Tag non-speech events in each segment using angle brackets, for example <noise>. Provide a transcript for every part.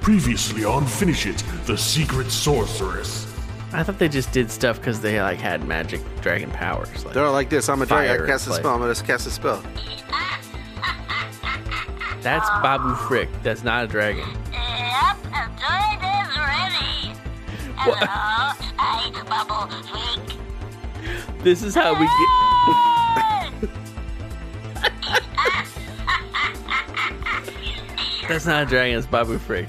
Previously on Finish It, the secret sorceress. I thought they just did stuff because they like had magic dragon powers. Like, They're like this. I'm a dragon. Fire I cast a play. spell. I'm gonna cast a spell. that's Ah. Babu Frick. That's not a dragon. Yep, the droid is ready. What? Hello, I bubble freak. This is how we get. That's not a dragon. It's Babu Frick.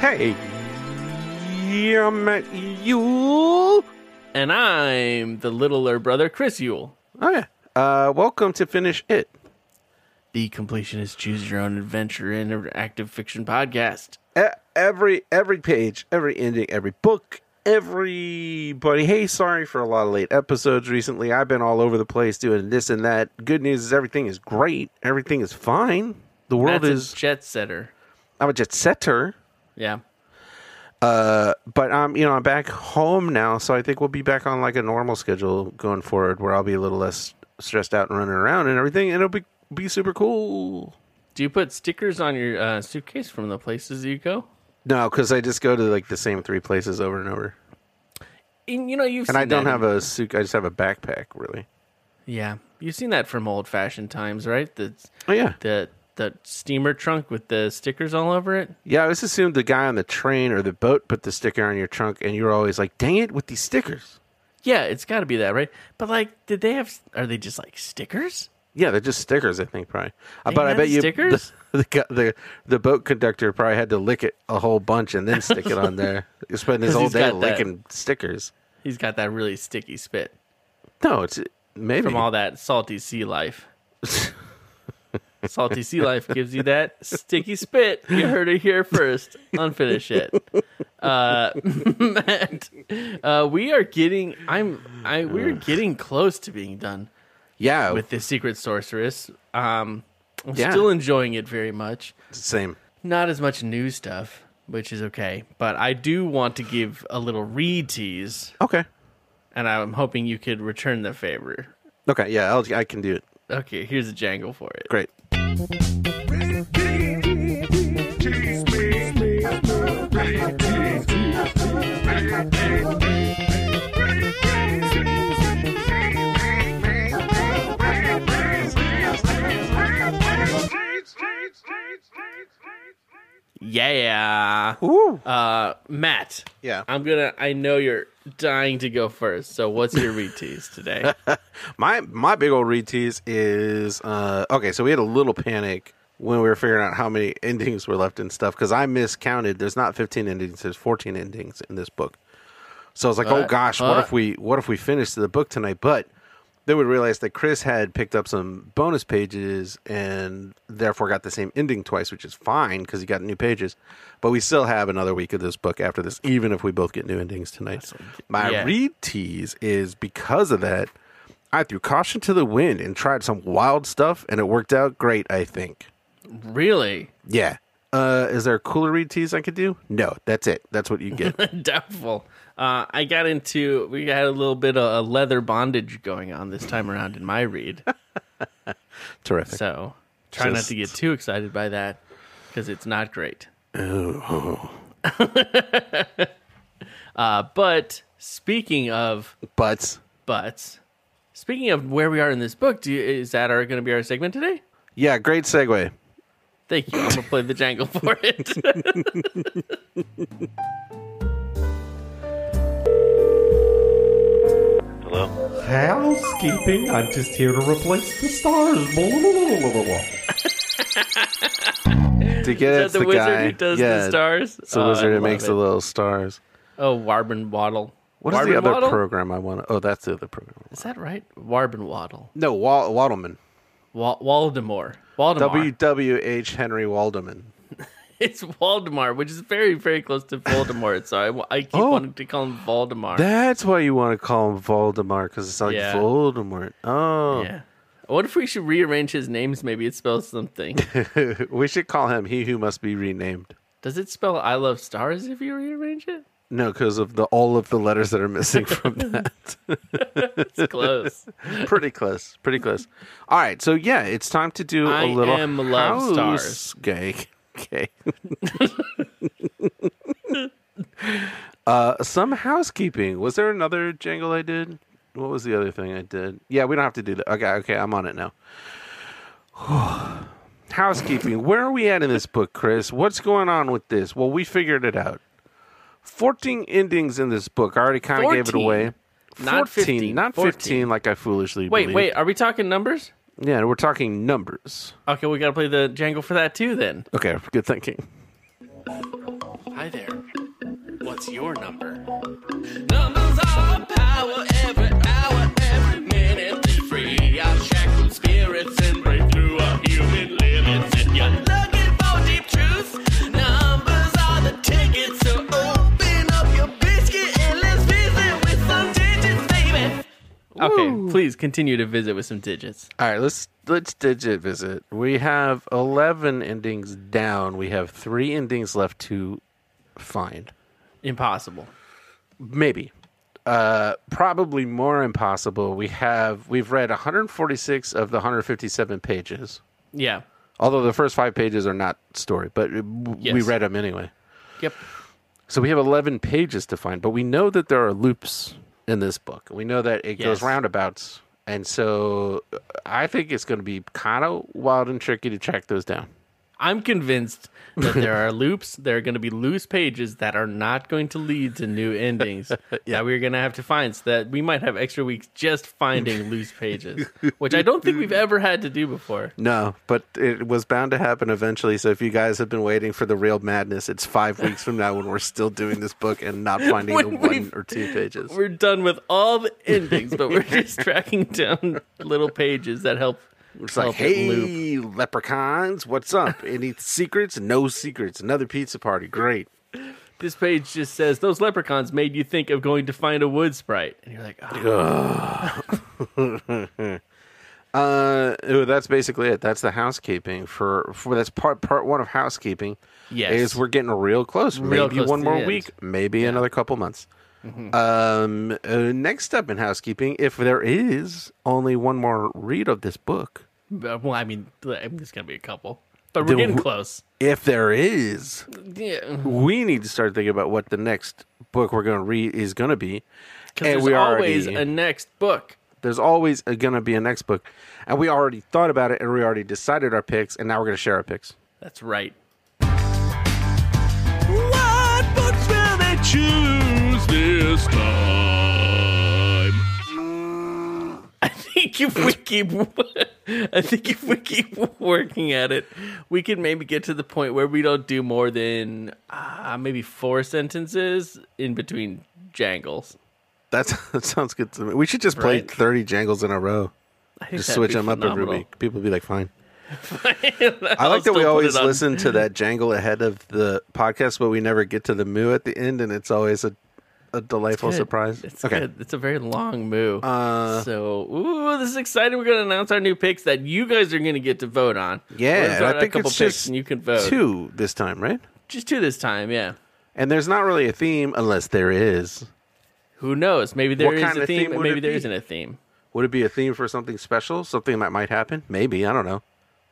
Hey, yeah, Matt Yule. And I'm the littler brother, Chris Yule. Oh yeah. Uh, welcome to finish it. The completionist choose your own adventure interactive fiction podcast. E- every every page, every ending, every book, everybody. Hey, sorry for a lot of late episodes recently. I've been all over the place doing this and that. Good news is everything is great. Everything is fine. The world That's a is. jet setter. i I'm a jet setter. Yeah. but um, you know, I'm back home now, so I think we'll be back on like a normal schedule going forward, where I'll be a little less stressed out and running around and everything, and it'll be be super cool. Do you put stickers on your uh, suitcase from the places you go? No, because I just go to like the same three places over and over, And you know you've and seen I don't that. have a suit. I just have a backpack, really. yeah you've seen that from old fashioned times right the Oh yeah, the the steamer trunk with the stickers all over it yeah. I just assumed the guy on the train or the boat put the sticker on your trunk, and you were always like, "Dang it, with these stickers." Yeah, it's got to be that, right? But like, did they have? Are they just like stickers? Yeah, they're just stickers, I think, probably. Uh, They but I had bet you stickers? The, <laughs> the gu- the the boat conductor probably had to lick it a whole bunch and then stick it <laughs> on there. He spent his 'Cause whole he's day got that. licking stickers. He's got that really sticky spit No, it's maybe from all that salty sea life. salty sea life gives you that sticky spit. You heard it here first. Unfinish it, uh, <laughs> Matt. Uh, we are getting. I'm. I. We're getting close to being done yeah, with this secret sorceress. Um, I'm Yeah. still enjoying it very much. it's the same. not as much new stuff, which is okay. But I do want to give a little re tease, Okay, and I'm hoping you could return the favor. okay, yeah, I'll, I can do it. Okay, here's a jangle for it. Great. Yeah, Woo. uh, Matt. Yeah. I'm gonna. I know you're dying to go first. So what's your re tease today? <laughs> My my big old read tease is uh, okay. So we had a little panic when we were figuring out how many <laughs> endings were left and stuff because I miscounted. There's not 15 endings. There's 14 endings in this book. So I was like, oh Uh, gosh, what uh. if we what if we finish the book tonight? But then we realized that Chris had picked up some bonus pages and therefore got the same ending twice, which is fine because he got new pages. But we still have another week of this book after this, even if we both get new endings tonight. My Yeah. read tease is because of that, I threw caution to the wind and tried some wild stuff, and it worked out great, I think. really <laughs> Yeah. Uh, is there a cooler read tease I could do? No, that's it. That's what you get. <laughs> doubtful. Uh, I got into. We had a little bit of a leather bondage going on this time around in my read. Terrific. So try not to get too excited by that because it's not great. <laughs> uh, but speaking of But butts, speaking of where we are in this book, do you, is that our going to be our segment today? yeah, great segue. Thank you. I'm gonna play the jangle for <laughs> it. Housekeeping, I'm just here to replace the stars. Blah, blah, blah, blah, blah, blah. To get is that <laughs> the, wizard who does the stars? It's the Oh, I wizard who love makes it. the little stars. Oh, Warbin Waddle. What is Warbin the other Waddle? program I want? to... Oh, that's the other program. Is that right? Warbin Waddle. No, Wal- Waldeman. Wa- Waldemar. Waldemar. W W H Henry Waldeman. It's Waldemar, which is very, very close to Voldemort. so I wa- I, keep Oh. wanting to call him Voldemar. That's why you want to call him Voldemort because it's like Yeah. Voldemort. Oh, yeah. What if we should rearrange his names? Maybe it spells something. we should call him He Who Must Be Renamed. Does it spell "I love stars" if you rearrange it? No, because of the all of the letters that are missing <laughs> from that. It's close. pretty close. Pretty close. All right, so yeah, it's time to do I a little am love house stars. gay. <laughs> Okay. uh, some housekeeping. Was there another jingle I did? What was the other thing I did? Yeah, we don't have to do that. Okay, okay, I'm on it now. <sighs> housekeeping. Where are we at in this book, Chris? What's going on with this? Well, we figured it out. 14 endings in this book. I already kind of gave it 14. away. Not 15, Not 14. 15 like I foolishly Wait, believed. wait. Are we talking numbers? Yeah, we're talking numbers. Okay, we gotta play the jangle for that too. Then. Okay, good thinking. Hi there. What's your number? Numbers are power every hour, every minute. They free our shackled spirits and break through our human limits. And you're looking for deep truth. Numbers are the tickets, so open up your biscuit and let's visit with some digits, baby. Okay, please continue to visit with some digits. All right, let's let's digit visit. We have 11 endings down. We have 3 endings left to find. Impossible. Maybe. Uh probably more impossible. We have we've read 146 of the 157 pages. Yeah. Although the first 5 pages are not story, but uh, we Yes. read them anyway. Yep. So we have 11 pages to find, but we know that there are loops in this book. We know that it Yes. goes roundabouts. And so uh, I think it's going to be kind of wild and tricky to track those down. I'm convinced that there are loops. There are going to be loose pages that are not going to lead to new <laughs> endings that we're going to have to find. So that we might have extra weeks just finding loose pages, which I don't think we've ever had to do before. No, but it was bound to happen eventually. So if you guys have been waiting for the real madness, it's five weeks from now when we're still doing this book and <laughs> not finding the the When one we've- one or two pages. We're done with all the endings, but <laughs> we're just tracking down little pages that help. It's like, help it hey, leprechauns, what's up? Any secrets? No secrets. Another pizza party. Great. This page just says those leprechauns made you think of going to find a wood sprite, and you're like, oh, Uh, ooh, that's basically it. That's the housekeeping for for that's part part one of housekeeping. Yes. is we're getting real close. Real maybe close one to more the end. Mm-hmm. week. Maybe another couple months. Um, uh, next up in housekeeping, if there is only one more read of this book, well, I mean, there's going to be a couple, but Then we're getting wh- close. if there is, Yeah. we need to start thinking about what the next book we're going to read is going to be. There's we always already- a next book. There's always going to be a next book, and we already thought about it, and we already decided our picks, and now we're going to share our picks. That's right. What books will they choose this time? I think if we keep, <laughs> I think if we keep working at it, we can maybe get to the point where we don't do more than uh, maybe four sentences in between jangles. That's, that <laughs> sounds good to me. We should just play Right. 30 jangles in a row. I think Just that'd switch be them up every phenomenal. week. People be like, fine. <laughs> I I'll like that still we put always it on- listen <laughs> to that jangle ahead of the podcast, but we never get to the moo at the end, and it's always a, a delightful Good. surprise. Uh, It's good. It's a very long move. so, ooh, this is exciting. We're going to announce our new picks that you guys are going to get to vote on. We're gonna Yeah, throw and out I a think couple it's picks just and you can vote. two this time, right? Just two this time, yeah. And there's not really a theme, unless there is. Who knows? Maybe there What is kind a of theme, theme and would maybe it there be? not a theme. Would it be a theme for something special? Something that might happen? Maybe. I don't know.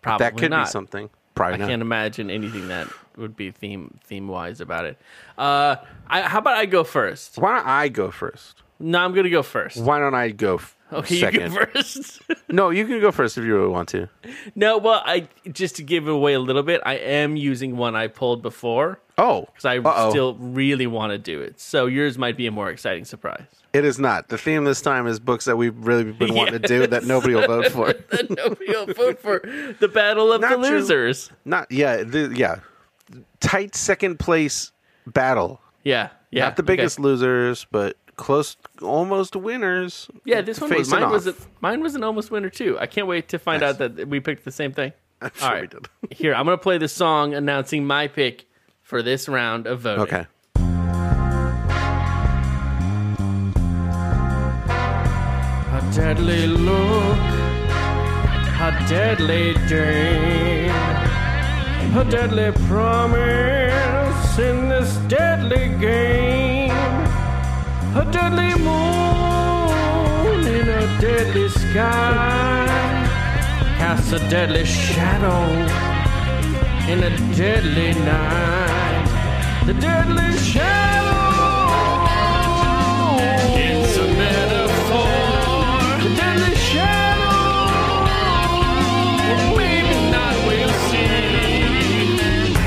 Probably that could not. be something. Probably I not. can't imagine anything that would be theme theme wise about it. Uh, I, how about I go first? Why don't I go first? No, I'm gonna go first. Why don't I go f- Okay, second? you go <laughs> first. No, you can go first if you really want to. no, well, I just to give away a little bit, I am using one I pulled before Oh, because I Uh-oh. still really want to do it. So yours might be a more exciting <laughs> surprise. it is not. The theme this time is books that we've really been wanting to do that nobody will vote <laughs> for. That nobody will vote for the battle of Not the true. losers. Not yeah, the, yeah. Tight second place battle. Yeah, yeah, not the okay. biggest losers, but close, almost winners. Yeah, this one was Facing mine off. was a, mine was an almost winner too. I can't wait to find out that we picked the same thing. <laughs> I'm sure All we right, did. here I'm gonna play the song announcing my pick for this round of voting. Okay. A deadly look a deadly dream, a deadly promise in this deadly game, a deadly moon in a deadly sky, casts a deadly shadow in a deadly night, the deadly shadow. It's a metaphor. The deadly shadow. Maybe not, we'll see.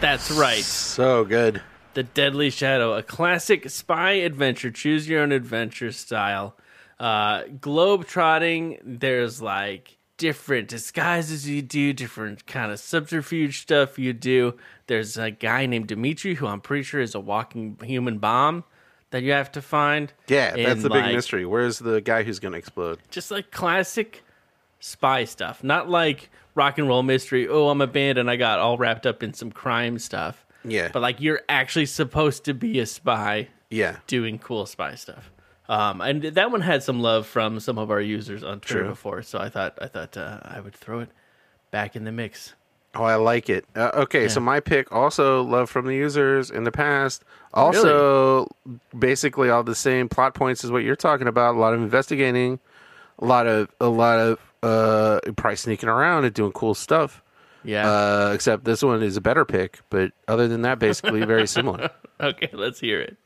That's right. So good. The Deadly Shadow, a classic spy adventure, choose your own adventure style. Uh, globe trotting, there's like different disguises you do, different kind of subterfuge stuff you do. There's a guy named Dimitri who I'm pretty sure is a walking human bomb that you have to find. Yeah, that's And, the like, big mystery. Where's the guy who's going to explode? Just like classic spy stuff, not like rock and roll mystery. Oh, I'm a band and I got all wrapped up in some crime stuff. Yeah. But like you're actually supposed to be a spy Yeah. doing cool spy stuff. Um, and that one had some love from some of our users on Twitter True. before, so I thought I thought uh, I would throw it back in the mix. Oh, I like it. Uh, okay, so my pick also love from the users in the past. Oh, Also, basically all the same plot points as what you're talking about. A lot of investigating, a lot of a lot of uh, probably sneaking around and doing cool stuff. Yeah. Uh, except this one is a better pick, but other than that, basically <laughs> very similar. <laughs> okay, let's hear it.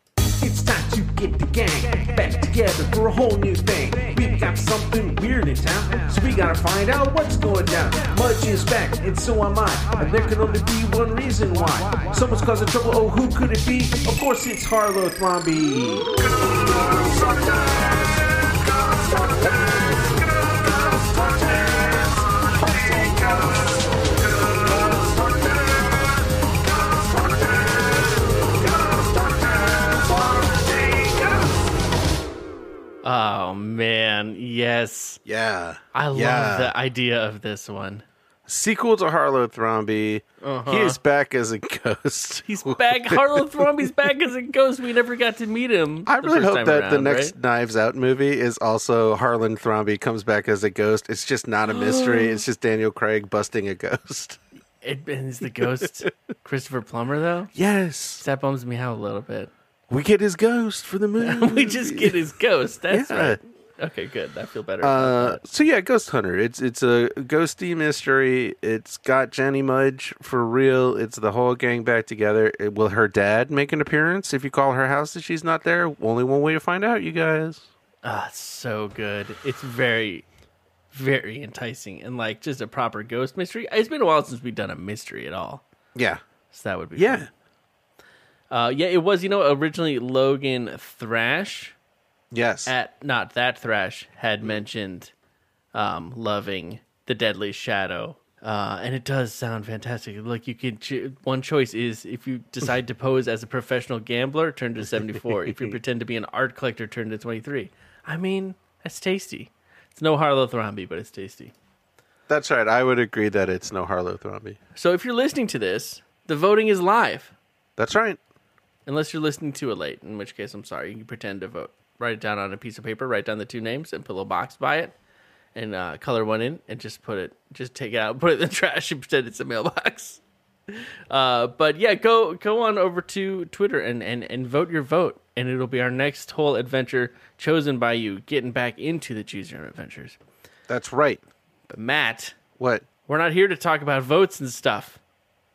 It's time to get the gang back together for a whole new thing. We've got something weird in town, so we gotta find out what's going down. Mudge is back, and so am I. And there can only be one reason why. Someone's causing trouble, oh, who could it be? Of course, it's Harlow Thrombey. Oh man, yes, yeah, I Yeah. love the idea of this one. Sequel to Harlow Thrombey. He is back as a ghost. Uh-huh. He's <laughs> back. Harlow Thrombey's back as a ghost. We never got to meet him. I the really first hope time that the around, next right? Knives Out movie is also Harlan Thrombey comes back as a ghost. It's just not a <gasps> mystery. it's just Daniel Craig busting a ghost. it is the <laughs> ghost Christopher Plummer though. Yes, That bums me out a little bit. we get his ghost for the movie. <laughs> We just get his ghost. That's Yeah. right. Okay, good. I feel better. Uh, so yeah, Ghost Hunter. It's it's a ghosty mystery. It's got Jenny Mudge for real. It's the whole gang back together. It- will her dad make an appearance if you call her house and she's not there? Only one way to find out, you guys. Ah, it's so good. It's very, very enticing and like just a proper ghost mystery. It's been a while since we've done a mystery at all, Yeah, so that would be yeah. fun. Uh, yeah, it was you know originally Logan Thrash Yes. at not that Thrash had mentioned um, loving the Deadly Shadow. Uh, and it does sound fantastic. Like you could, cho- one choice is if you decide to pose as a professional gambler, turn to seventy four. if you pretend to be an art collector, turn to twenty three. I mean, that's tasty. It's no Harlow Thrombey, but it's tasty. That's right. I would agree that it's no Harlow Thrombey. So if you're listening to this, the voting is live. That's right. Unless you're listening to it late, in which case I'm sorry, you can pretend to vote. Write it down on a piece of paper, write down the two names, and put a little box by it, and uh, color one in, and just put it, just take it out, put it in the <laughs> trash, and pretend it's a mailbox. Uh, but yeah, go go on over to Twitter and, and and vote your vote, and it'll be our next whole adventure chosen by you, getting back into the choose your own adventures. That's right. But Matt, What? we're not here to talk about votes and stuff.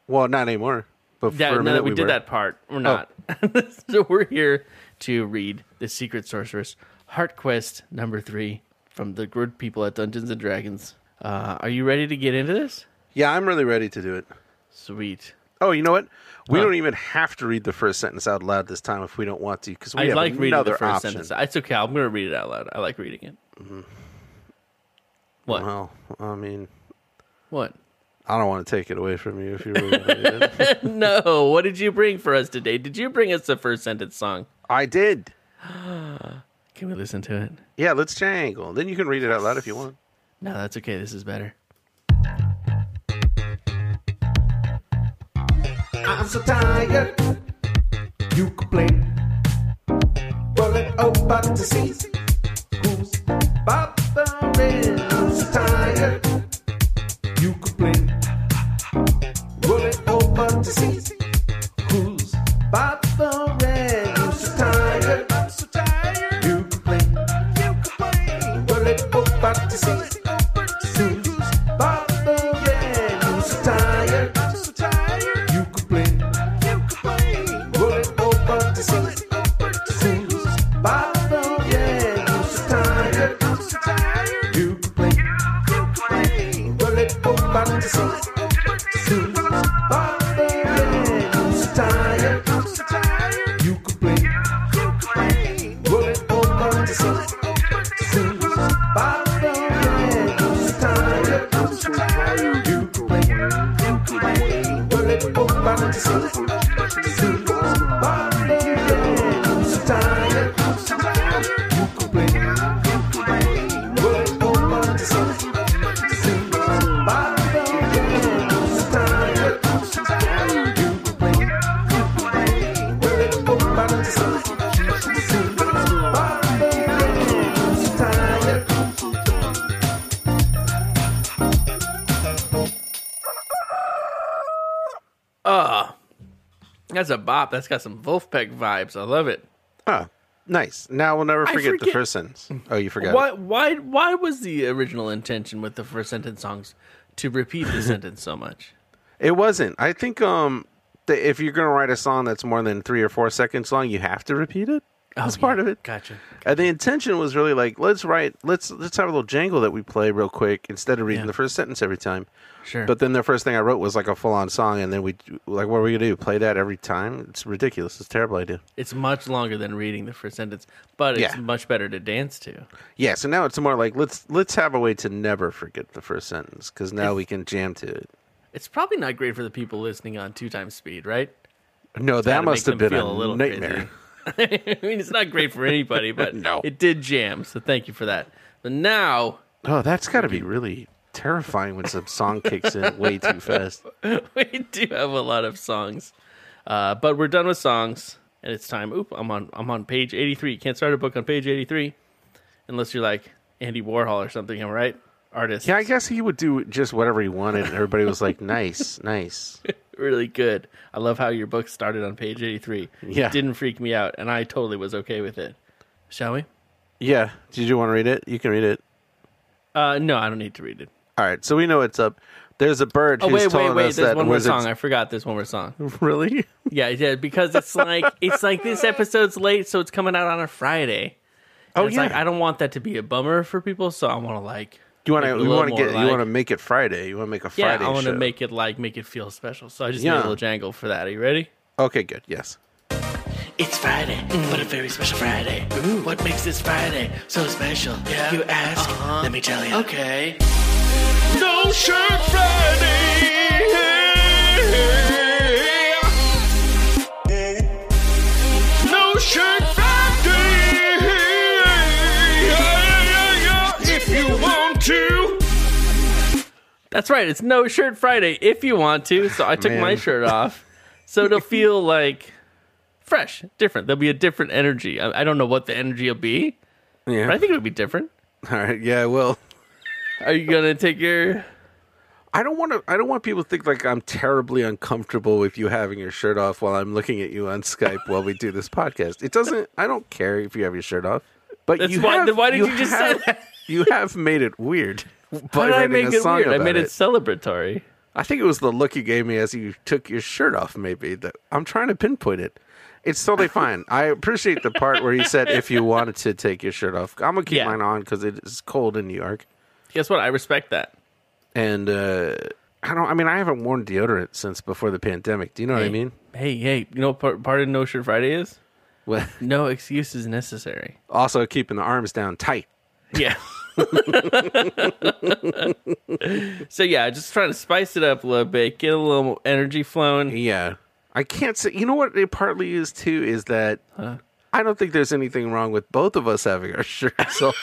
Well, not anymore. But Yeah, for a now minute that we, did were. Oh. that part, we're not. <laughs> so we're here to read the Secret Sorceress Heart Quest number three from the good people at Dungeons and Dragons. Uh, are you ready to get into this? Yeah, I'm really ready to do it. Sweet. Oh, you know what? We Huh. don't even have to read the first sentence out loud this time if we don't want to, because we I have like reading another the first option. sentence. It's okay. I'm going to read it out loud. I like reading it. What? Well, I mean, What? I don't want to take it away from you if you really want to. <laughs> do it. No. Oh, What did you bring for us today? Did you bring us the first sentence song? I did. Can we listen to it? Yeah, let's triangle. Then you can read it out loud if you want. No, that's okay. This is better. I'm so tired, You complain. rolling over to see who's bothering. That's a bop. That's got some Wolfpack vibes. I love it. Oh, nice. Now we'll never I forget, the forget- first sentence. Oh, you forgot. Why? What? Why? Why was the original intention with the first sentence songs to repeat the sentence so much? It. wasn't. I think um, th- if you're gonna write a song that's more than three or four seconds long, you have to repeat it. That's Oh, yeah. part of it. Gotcha. And the intention was really like let's write let's let's have a little jangle that we play real quick instead of reading Yeah. the first sentence every time. Sure. But then the first thing I wrote was like a full on song, and then we like what are we gonna do? Play that every time? It's ridiculous. It's a terrible idea. It's much longer than reading the first sentence, but it's Yeah. much better to dance to. Yeah. So now it's more like let's let's have a way to never forget the first sentence because now we can jam to it. It's probably not great for the people listening on two times speed, right? No, that Gotta make must have them been feel a, nightmare. crazy. <laughs> I mean, it's not great for anybody, but <laughs> No. it did jam. So thank you for that. But now Oh, that's got to be really terrifying when some song kicks in way too fast. <laughs> we do have a lot of songs, uh, but we're done with songs, and it's time. Oop, I'm on. I'm on page 83. You can't start a book on page 83 unless you're like Andy Warhol or something. Am I right? Artist. Yeah, I guess he would do just whatever he wanted, and everybody was like, "Nice, nice." really good. I love how your book started on page 83. Yeah. It didn't freak me out, and I totally was okay with it. Shall we? Yeah. Did you want to read it? You can read it. Uh, no, I don't need to read it. All right. So we know it's up. There's a bird. Oh, who's wait, wait, telling wait. us There's that one more wizards- song. I forgot there's one more song. <laughs> Really? Yeah, yeah, because it's like it's like <laughs> this episode's late, so it's coming out on a Friday. And Oh, it's yeah. like I don't want that to be a bummer for people, so I want to like you want make to? it a You little want to more get? like- You want to make it Friday? You want to make a yeah, Friday? I want to show. make it like make it feel special. So I just need Yeah. a little jangle for that. Are you ready? Okay. Good. Yes. It's Friday, Mm. but a very special Friday. What makes this Friday so special? Yeah. Uh-huh. You ask, let me tell you. Okay. No Shirt Friday! No Shirt Friday! If you want to! That's right. It's no shirt Friday if you want to. So I took Man. my shirt off. So <laughs> it'll feel like fresh, different. There'll be a different energy. I, I don't know what the energy will be, Yeah. but I think it'll be different. All right. Yeah. Well, Are you going to take your. I don't want to. I don't want people to think like I'm terribly uncomfortable with you having your shirt off while I'm looking at you on Skype while we do this podcast. It doesn't. I don't care if you have your shirt off. But That's you why- have- then why did you just say have- that? <laughs> You have made it weird. How by did I writing make a it song weird? I about made it, celebratory. I think it was the look you gave me as you took your shirt off, maybe. That I'm trying to pinpoint it. It's <laughs> totally fine. I appreciate the part where you said if you wanted to take your shirt off. I'm gonna keep Yeah. mine on because it is cold in New York, Guess what? I respect that. and uh, I don't. I mean, I haven't worn deodorant since before the pandemic. Do you know what I mean? Hey, hey, you know what part, part of No Shirt Friday is? Well, <laughs> No excuse is necessary. also keeping the arms down tight. Yeah. <laughs> <laughs> so yeah, just trying to spice it up a little bit, get a little energy flowing. Yeah, I can't say. You know what? It partly is too is that. I don't think there's anything wrong with both of us having our <laughs> shirts off.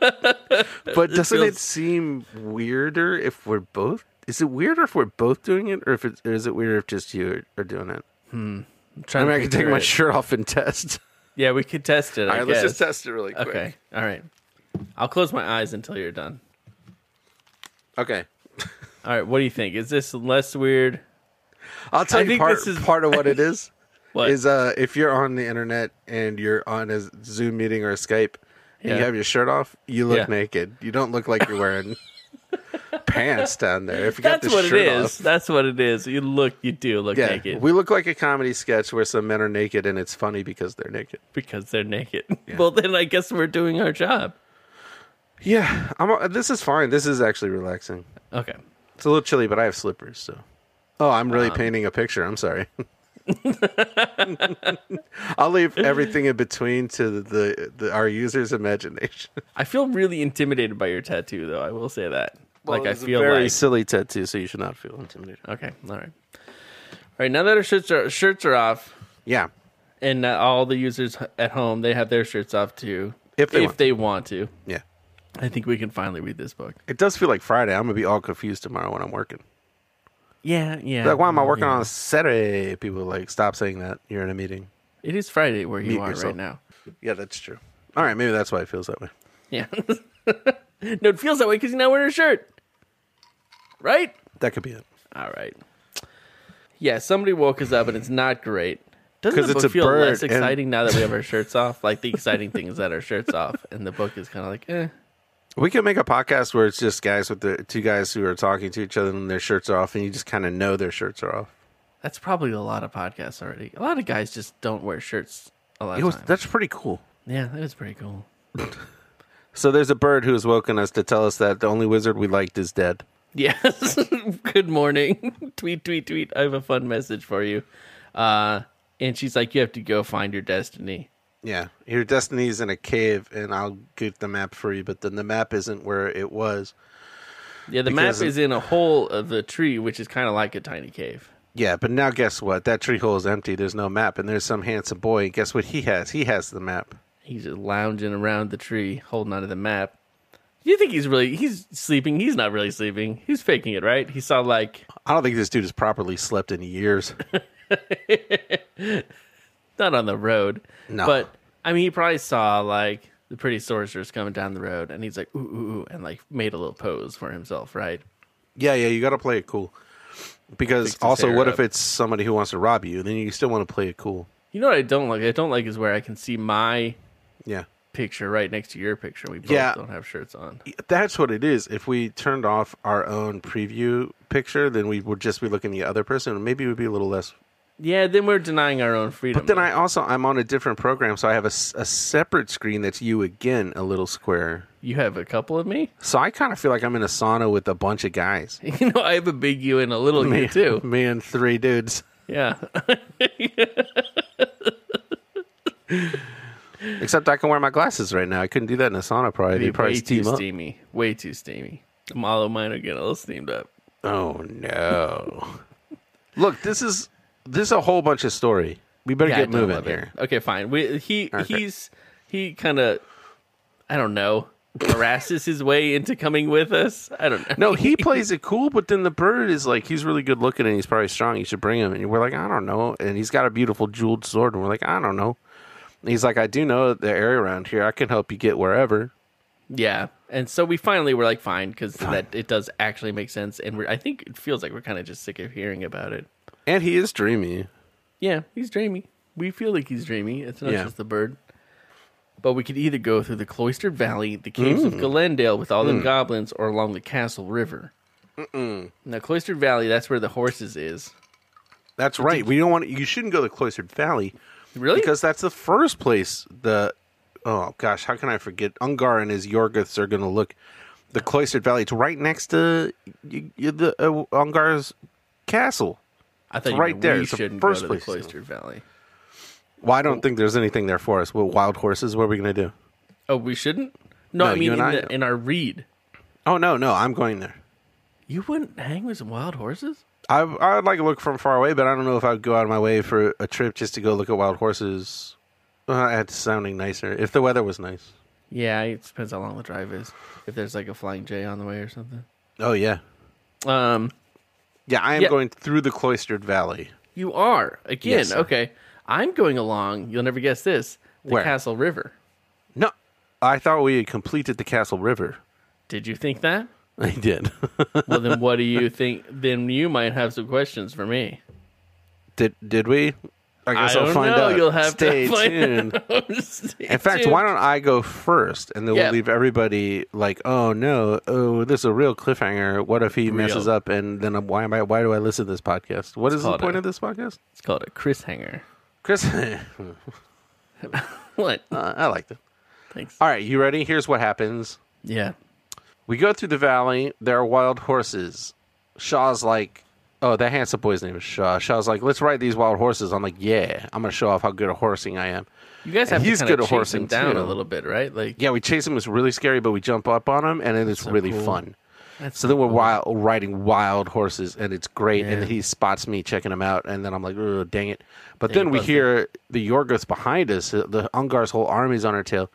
but doesn't it feels- seem weirder if we're both? Is it weirder if we're both doing it, or if it's, or is it weirder if just you are, are doing it? I Trying mean, to I can take figure my it. shirt off and test. Yeah, we could test it. I All right, let's guess. just test it really quick. Okay. All right. I'll close my eyes until you're done. Okay. All right. What do you think? Is this less weird? I'll tell I you think part, this is- part of what it is. What? is uh if you're on the internet and you're on a Zoom meeting or a Skype and Yeah. you have your shirt off, you look Yeah. naked. You don't look like <laughs> you're wearing pants down there. If you got That's the what it shirt is. off, That's what it is. You look. You do look yeah, naked we look like a comedy sketch where some men are naked and it's funny because they're naked. <laughs> because they're naked. Well, then I guess we're doing our job. Yeah, I'm. uh, This is fine. This is actually relaxing. Okay. It's a little chilly, but I have slippers, so. Oh, I'm Um, really painting a picture. I'm sorry. <laughs> I'll leave everything in between to the, the, our users' imagination. I feel really intimidated by your tattoo, though. I will say that. like I feel very like silly tattoo, so you should not feel intimidated. okay, all right, all right. Now that our shirts are shirts are off, Yeah, and uh, all the users at home they have their shirts off too, If they want. to. yeah. I think we can finally read this book. It does feel like Friday. I'm gonna be all confused tomorrow when I'm working. Yeah, yeah. Like, why am I working yeah. on a Saturday? People are like stop saying that. You're in a meeting. It is Friday where you Mute are yourself. right now. Yeah, that's true. All right, maybe that's why it feels that way. Yeah. <laughs> no, it feels that way because you're not wearing a shirt, right? That could be it. All right. Yeah, somebody woke us up and it's not great. Doesn't 'Cause the it's book a feel bird less and- exciting now that we <laughs> have our shirts off? Like the exciting thing is that our shirts off, and the book is kind of like, eh. We could make a podcast where it's just guys with the two guys who are talking to each other and their shirts are off, and you just kind of know their shirts are off. That's probably a lot of podcasts already. A lot of guys just don't wear shirts a lot It of was, time. that's pretty cool. Yeah, that is pretty cool. So there's a bird who has woken us to tell us that the only wizard we liked is dead. Yes. <laughs> Good morning. <laughs> tweet, tweet, tweet. I have a fun message for you. Uh, and she's like, you have to go find your destiny. Yeah, your destiny's in a cave, and I'll get the map for you. But then the map isn't where it was. Yeah, the Because- map is in a hole of the tree, which is kind of like a tiny cave. Yeah, but now guess what? That tree hole is empty. There's no map, and there's some handsome boy. And guess what he has? He has the map. He's just lounging around the tree, holding onto the map. You think he's really he's sleeping? He's not really sleeping. He's faking it, right? He saw like I don't think this dude has properly slept in years. <laughs> not on the road. No. But I mean he probably saw like the pretty sorceress coming down the road and he's like, ooh, ooh, ooh, and like made a little pose for himself, right? Yeah, yeah, you got to play it cool. Because his also, hair what up. if it's somebody who wants to rob you? Then you still want to play it cool. You know what I don't like? I don't like is where I can see my Yeah, picture right next to your picture. We both Yeah. don't have shirts on. that's what it is. If we turned off our own preview picture, then we would just be looking at the other person, and maybe it would be a little less. Yeah, then we're denying our own freedom. But then I also I'm on a different program, so I have a, s- a separate screen that's you again, a little square. you have a couple of me. <laughs> So I kind of feel like I'm in a sauna with a bunch of guys. You know, I have a big you and a little you <laughs> too. me and three dudes. Yeah. Except I can wear my glasses right now. I couldn't do that in a sauna. Probably be they probably way steam too up. steamy. Way too steamy. I'm All of mine are getting a little steamed up. Oh no! Look, this is this is a whole bunch of story. We better Yeah, I get don't moving love it. here. Okay, fine. We, he Okay. he's he kind of I don't know harasses his way into coming with us. I don't know. No, he plays it cool, but then the bird is like, he's really good looking and he's probably strong. You should bring him. And we're like, I don't know. And he's got a beautiful jeweled sword, and we're like, I don't know. And he's like, I do know the area around here. I can help you get wherever. Yeah, and so we finally were like fine because that it does actually make sense, and we're I think it feels like we're kind of just sick of hearing about it. And he is dreamy. Yeah, he's dreamy. We feel like he's dreamy. It's not Yeah. just the bird. But we could either go through the cloistered valley, the caves Mm. of Glendale with all them goblins, or along the castle river. Now, cloistered valley, that's where the horses is. That's right. We don't want. You shouldn't go to Cloistered Valley Really? because that's the first place the. Oh gosh, how can I forget? Ungar and his Yorgoths are going to look. The Cloistered Valley. It's right next to y- y- the uh, Ungar's castle. I thought it's you right meant there. We It's the shouldn't first go to the place. cloistered valley. Well, I don't think there's anything there for us. Well, wild horses. What are we going to do? Oh, we shouldn't. No, No, I you mean in, and I know. the, in our read. Oh no, no, I'm going there. You wouldn't hang with some wild horses. I I would like to look from far away, but I don't know if I would go out of my way for a trip just to go look at wild horses. Uh, it's sounding nicer if the weather was nice. Yeah, it depends how long the drive is. If there's like a flying J on the way or something. Oh yeah, Um, yeah. I am Yeah. going through the cloistered valley. You are again. Yes, sir. okay, I'm going along. You'll never guess this. The Where? Castle River. No, I thought we had completed the Castle River. <laughs> Did you think that? I did. <laughs> Well, then what do you think? Then you might have some questions for me. did did we? I guess I will don't find know. out. You'll have to Stay find <laughs> tuned. Stay In fact, tuned. why don't I go first, and then Yeah. we'll leave everybody like, oh no, oh this is a real cliffhanger. What if he messes up, and then I'm, why am I? Why do I listen to this podcast? What is the called point a- of this podcast? It's called a Chris Hanger. Chris, <laughs> uh, What? I like that. Thanks. Uh, All right, you ready? Here's what happens. Yeah. We go through the valley. There are wild horses. Shaw's like, oh, that handsome boy's name is Shaw. Shaw's like, let's ride these wild horses. I'm like, yeah, I'm gonna show off how good at horsing I am. You guys have And he's to kind good of at chase him horsing, down too. a little bit, right? Like Yeah, we chase him. It's really scary, but we jump up on him, and it's really cool. fun. That's so then we're wild, riding wild horses, and it's great. Yeah. And he spots me checking him out, and then I'm like, oh, dang it. But Dang then it, we Buzzard. hear the Yorgoths behind us. uh, The Ungar's whole army's on our tail.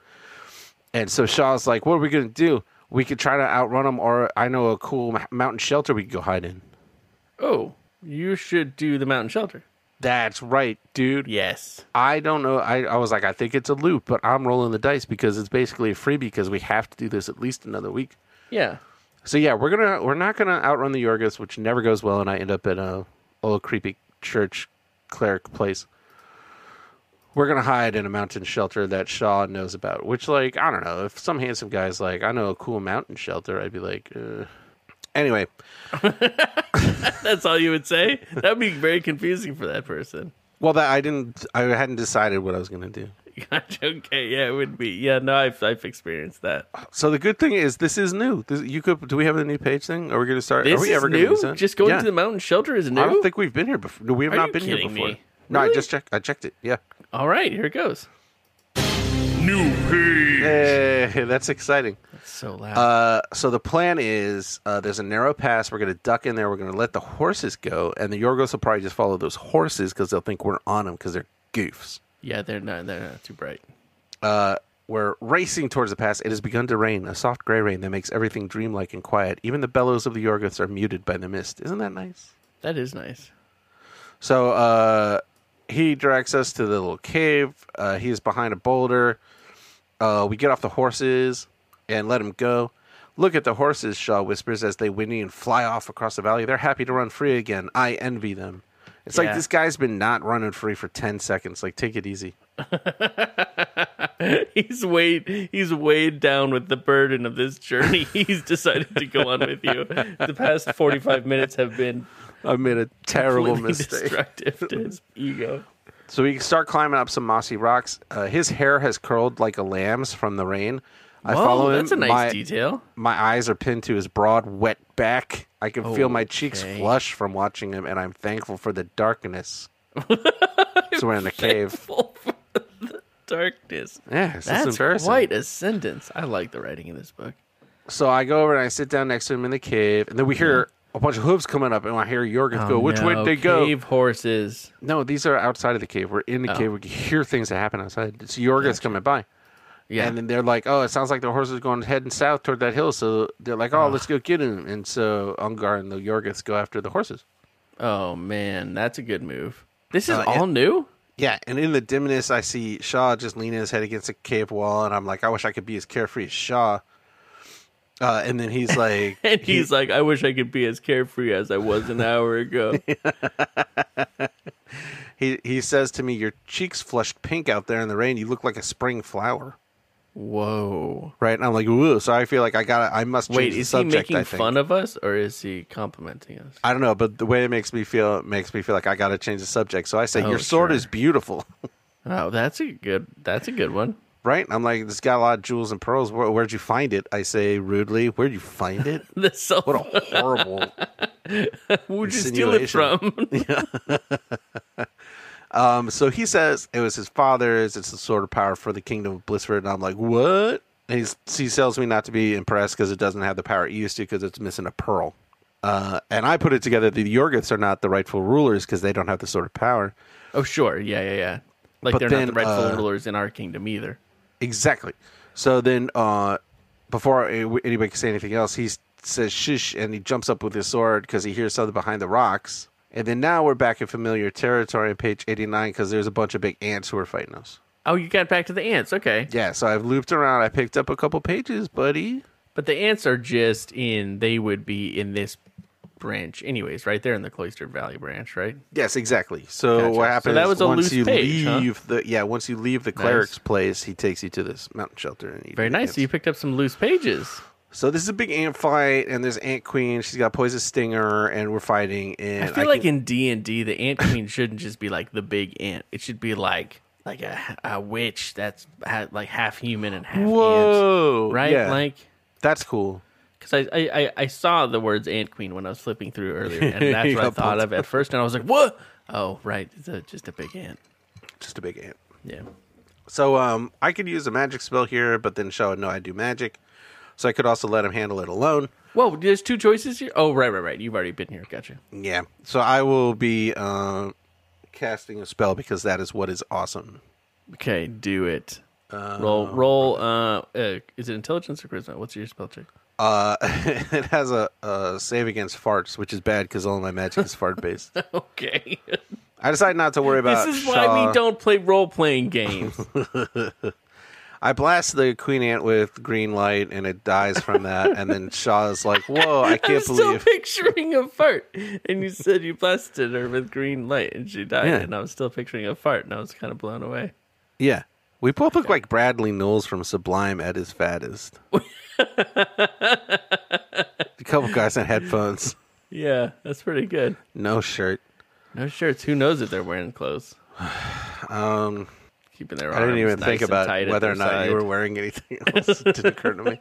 And so Shaw's like, what are we going to do? We could try to outrun them, or I know a cool m- mountain shelter we could go hide in. oh, you should do the mountain shelter. That's right, dude. Yes. I don't know. I, I was like, I think it's a loop, but I'm rolling the dice because it's basically a freebie because we have to do this at least another week. Yeah. So yeah, we're gonna we're not gonna outrun the Yorgos, which never goes well, and I end up in a old creepy church cleric place. We're gonna hide in a mountain shelter that Shaw knows about, which like I don't know if some handsome guy's like I know a cool mountain shelter, I'd be like, uh. anyway, That's all you would say? That would be very confusing for that person. <laughs> well that I didn't I hadn't decided what I was gonna do. Gotcha. Okay. Yeah, it would be. Yeah, no, I've, I've experienced that. So the good thing is this is new. This, you could do we have a new page thing? Are we gonna start? This are we is ever gonna use new? that? Just going Yeah. to the mountain shelter is new? I don't think we've been here before. No, we have Are not you been here kidding before. me? No, I Really? just checked. I checked it. Yeah. All right, here it goes. New page. Hey, that's exciting. So loud. Uh, so the plan is uh, there's a narrow pass. We're going to duck in there. We're going to let the horses go, and the Yorgos will probably just follow those horses because they'll think we're on them because they're goofs. yeah, they're not, they're not too bright. We're racing towards the pass. It has begun to rain, a soft gray rain that makes everything dreamlike and quiet. Even the bellows of the Yorgoths are muted by the mist. Isn't that nice? That is nice. <laughs> So uh, he directs us to the little cave. Uh, he is behind a boulder. Uh, we get off the horses and let him go. Look at the horses, Shaw whispers as they whinny and fly off across the valley. They're happy to run free again. I envy them. It's Yeah. like this guy's been not running free for 10 seconds. Like, take it easy. He's weighed he's weighed down with the burden of this journey. <laughs> He's decided to go on with you. The past forty five minutes have been I made a terrible completely mistake. destructive to his ego. So we start climbing up some mossy rocks. Uh, his hair has curled like a lamb's from the rain. <laughs> I Whoa, follow him. Oh, That's a nice My- detail. <laughs> My eyes are pinned to his broad, wet back. I can feel my cheeks Okay. flush from watching him, and I'm thankful for <laughs> the darkness. so we're in the cave. Full for the darkness. Yeah, this is That's embarrassing. quite a sentence. I like the writing in this book. So I go over and I sit down next to him in the cave, and then we hear a bunch of hooves coming up, and I hear Jorgen go, "Which way did they go?" Oh, Cave Oh. horses. No, these are outside of the cave. We're in the cave. We can hear things that happen outside. It's Jorgen's coming by. Yeah. And then they're like, oh, it sounds like the horse is going heading south toward that hill. So they're like, oh, let's go get him. And so Ungar and the Yorgoths go after the horses. oh man, that's a good move. This is Uh, all new? <laughs> Yeah, and in the dimness, I see Shaw just leaning his head against a cave wall, and I'm like, I wish I could be as carefree as Shaw. Uh, and <laughs> then he's like, And he's like, I wish I could be as carefree as I was an hour <laughs> ago. he he says to me, "Your cheeks flushed pink out there in the rain. You look like a spring flower." Whoa. Right, and I'm like, "Ooh!" So I feel like I got, to I must change Wait, the is subject. he making I think. fun of us or is he complimenting us? I don't know, but the way it makes me feel it makes me feel like I got to change the subject. So I say, Oh, "Your sword sure. is beautiful." <laughs> Oh, that's a good that's a good one. <laughs> Right? I'm like, "It's got a lot of jewels and pearls. Where, where'd you find it?" I say rudely, "Where'd you <laughs> find it?" The self What a horrible would you steal it insinuation. from? <laughs> So he says it was his father's. It's the sword of power for the kingdom of Blissford. And I'm like, what? And he's, he tells me not to be impressed because it doesn't have the power it used to because it's missing a pearl. Uh, and I put it together that the Yorgoths are not the rightful rulers because they don't have the sword of power. oh sure, yeah, yeah, yeah. Like But they're then, not the rightful uh, rulers in our kingdom either. Exactly. So then, uh, before a- anybody can say anything else, he s- says "shish" and he jumps up with his sword because he hears something behind the rocks. And then now we're back in familiar territory on page 89 because there's a bunch of big ants who are fighting us. Oh, you got back to the ants, okay. Yeah, so I've looped around. I picked up a couple pages, buddy. But the ants are just in they would be in this branch anyways, right there in the cloistered valley branch, right? Yes, exactly. So Gotcha. what So happens that was a once loose you page, huh? leave the yeah, once you leave the cleric's place, he takes you to this mountain shelter and you Very do nice. So you dance. picked up some loose pages. So this is a big ant fight and there's Ant Queen, she's got poison stinger and we're fighting and I feel like in D and D, the ant queen shouldn't just be like the big ant. It should be like like a, a witch that's ha- like half human and half Whoa, ant, right? yeah. Like That's cool. because I, I I- I saw the words Ant Queen when I was flipping through earlier, <laughs> and that's You what I got thought of at first, and I was like, "What? Oh, right, it's a, just a big ant." Just a big ant. Yeah, So um, I could use a magic spell here, but then Shaw would know I do magic. So I could also let him handle it alone. Whoa, there's two choices here. Oh, right, right, right. You've already been here. Gotcha. Yeah. So I will be uh, casting a spell because that is what is awesome. Okay, do it. roll, roll. Uh, uh, is it intelligence or charisma? What's your spell check? Uh, <laughs> it has a, a save against farts, which is bad because all my magic is fart based. <laughs> Okay, I decide not to worry about. this is why Shaw. we don't play role playing <laughs> games. I blast the queen ant with green light, and it dies from that. and then Shaw is like, "Whoa, <laughs> I I'm can't still believe." picturing a fart, and you said you blasted her with green light, and she died, Yeah. and I was still picturing a fart, and I was kind of blown away. yeah, we both look like Bradley Knowles from Sublime at <laughs> his fattest. a couple guys in headphones, Yeah, that's pretty good. no shirt. No shirts. Who knows if they're wearing clothes? <sighs> Um, keeping their. Um, I didn't arms even nice think and tight at about whether their or not side. you were wearing <laughs> anything else. It didn't occur to me.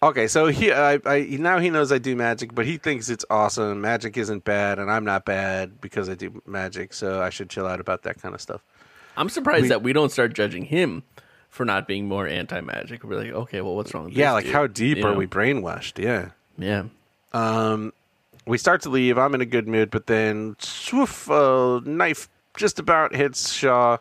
Okay, so he, I, I, now he knows I do magic, but he thinks it's awesome. Magic isn't bad, and I'm not bad because I do magic, so I should chill out about that kind of stuff. I'm surprised that we don't start judging him for not being more anti magic. We're like, okay, well, what's wrong? With Yeah, this like dude? how deep You are know? we brainwashed? Yeah. Yeah. We start to leave. I'm in a good mood, but then swoof, a knife just about hits Shaw,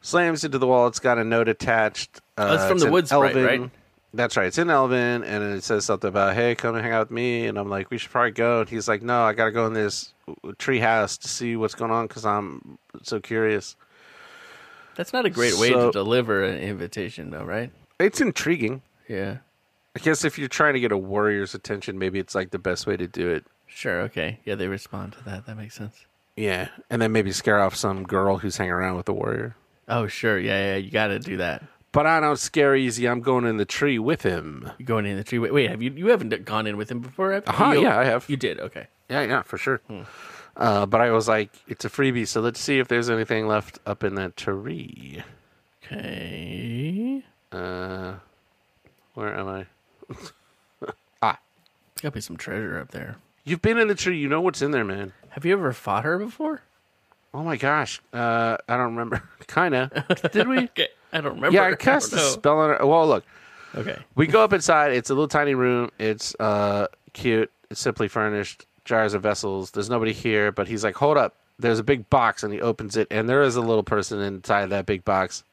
slams into the wall. It's got a note attached. Uh, That's Oh, from it's the in Wood Sprite, Elven. right? That's right. It's in Elvin, and it says something about, hey, come and hang out with me. And I'm like, we should probably go. And he's like, no, I got to go in this tree house to see what's going on because I'm so curious. That's not a great way So- to deliver an invitation, though, right? It's intriguing. Yeah. I guess if you're trying to get a warrior's attention, maybe it's like the best way to do it. Sure. Okay. Yeah, they respond to that. That makes sense. Yeah, and then maybe scare off some girl who's hanging around with the warrior. Oh, sure. Yeah, yeah. You got to do that. But I don't scare easy. I'm going in the tree with him. You're going in the tree. Wait, wait. Have you? You haven't gone in with him before? have you? Uh-huh, You- yeah, I have. You did. Okay. Yeah, yeah, for sure. Hmm. Uh, but I was like, it's a freebie, so let's see if there's anything left up in that tree. Okay. Uh, where am I? There's got to be some treasure up there. You've been in the tree. You know what's in there, man. Have you ever fought her before? Oh my gosh. Uh, I don't remember. <laughs> <laughs> kind of. <laughs> Did we? Okay, I don't remember. Yeah, I cast a don't know. spell on her. Well, look. Okay, We go up inside. It's a little tiny room. It's uh cute. It's simply furnished. Jars of vessels. There's nobody here, but he's like, hold up. There's a big box, and he opens it, and there is a little person inside that big box,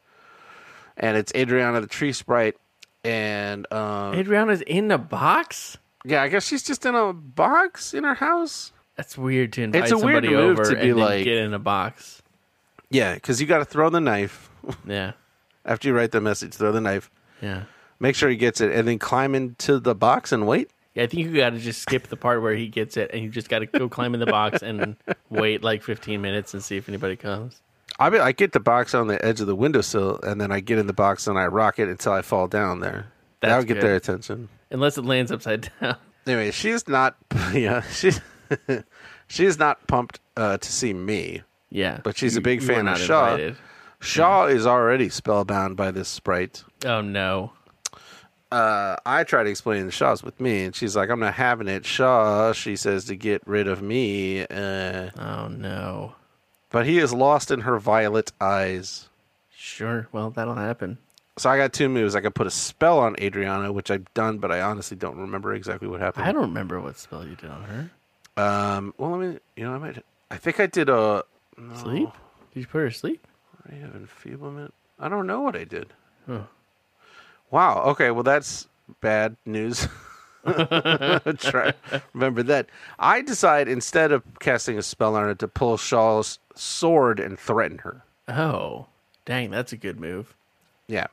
and it's Adriana the tree sprite, and um, Adriana's in a box. yeah, I guess she's just in a box in her house. That's weird to invite It's a weird somebody move over to be and then like- get in a box. Yeah, because you got to throw the knife Yeah, after you write the message. Throw the knife. yeah, Make sure he gets it, and then climb into the box and wait. yeah. I think you got to just skip the part where he gets it, and you just got to go climb in the box and wait like 15 minutes and see if anybody comes. I mean, I get the box on the edge of the windowsill, and then I get in the box and I rock it until I fall down there. That's That'll get good. their attention. Unless it lands upside down. <laughs> Anyway, she's not. <laughs> Yeah, she's she's not pumped uh, to see me. Yeah, But she's a You- big you fan were not of Shaw. invited. Shaw Mm-hmm. is already spellbound by this sprite. Oh no. Uh, I try to explain Shaw's with me, and she's like, "I'm not having it." Shaw, she says, to get rid of me. Uh, Oh no. but he is lost in her violet eyes. Sure. Well, that'll happen. So I got two moves. I could put a spell on Adriana, which I've done, but I honestly don't remember exactly what happened. I don't remember what spell you did on her. Um, well, let me. You know, I might. I think I did a. Sleep? Did you put her asleep? I have enfeeblement. I don't know what I did. Wow. Okay. Well, that's bad news. <laughs> Try, remember that. I decide instead of casting a spell on her to pull Shaw's sword and threaten her. Oh, dang, that's a good move, Yeah,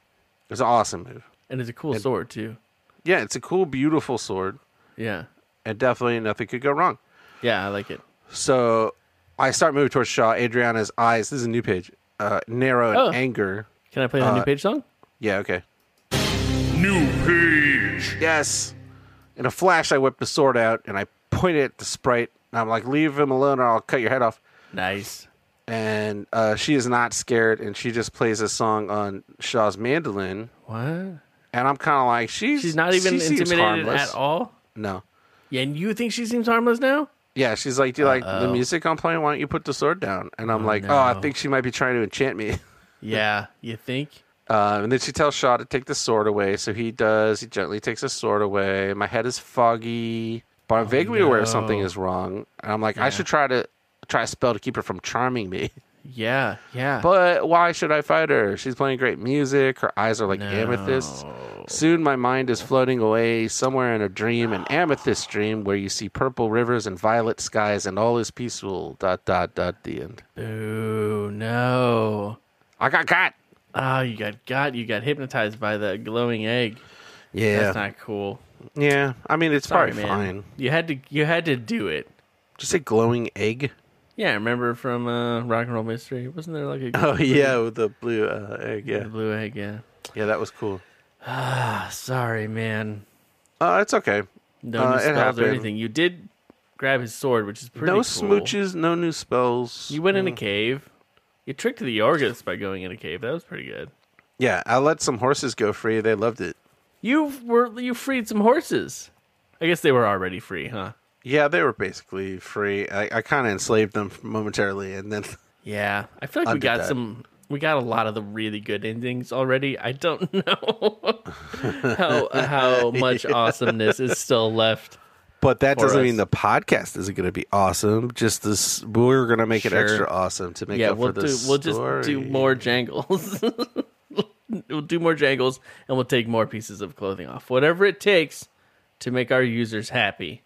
it's an awesome move. and it's a cool sword too. Yeah, it's a cool, beautiful sword, Yeah, and definitely nothing could go wrong. yeah, I like it. So I start moving towards Shaw. Adriana's eyes. This is a new page. Uh, narrow in Oh. anger. Can I play the new Uh, page song? Yeah. Okay. New page. Yes. In a flash, I whip the sword out and I point it at the sprite. And I'm like, leave him alone or I'll cut your head off. Nice. And uh, she is not scared and she just plays a song on Shaw's mandolin. What? And I'm kind of like, she's She's not even she seems intimidated harmless. at all. No. Yeah, and you think she seems harmless now? Yeah, she's like, do you like the music I'm playing? Why don't you put the sword down? And I'm like, oh, I no. think she might be trying to enchant me. <laughs> Yeah, you think? Uh, and then she tells Shaw to take the sword away. So he does. He gently takes the sword away. My head is foggy, but Oh, I'm vaguely aware something is wrong. And I'm like, I should try to try a spell to keep her from charming me. <laughs> Yeah, yeah. But why should I fight her? She's playing great music. Her eyes are like amethysts. Soon my mind is floating away somewhere in a dream, an amethyst dream where you see purple rivers and violet skies and all is peaceful. Dot dot dot. The end. Ooh, no. I got got. Ah, you got got you got hypnotized by the glowing egg. Yeah. That's not cool. yeah. I mean, it's Sorry, probably man. fine. You had to you had to do it. Just a glowing egg. Yeah, remember from uh, Rock and Roll Mystery? Wasn't there like a <laughs> Oh yeah, with the blue uh, egg. Yeah, blue egg? Yeah. yeah, that was cool. Ah, sorry, man. Uh, it's okay. No Uh, new it spells or happened. anything. You did grab his sword, which is pretty no cool. smooches, Mm. no new spells. You went in a cave. You tricked the Yorgos by going in a cave. That was pretty good. yeah, I let some horses go free. They loved it. You were you freed some horses. I guess they were already free, huh? Yeah, they were basically free. I, I kind of enslaved them <laughs> momentarily, and then Yeah, I feel like we Under got that. some. We got a lot of the really good endings already. I don't <laughs> <laughs> know how how much awesomeness is still left. <laughs> But that For doesn't us. mean the podcast isn't going to be awesome. Just this, we're going to make it Sure. extra awesome to make yeah, up we'll do. for this. We'll just do more jangles. <laughs> we'll do more jangles, and we'll take more pieces of clothing off. Whatever it takes to make our users happy,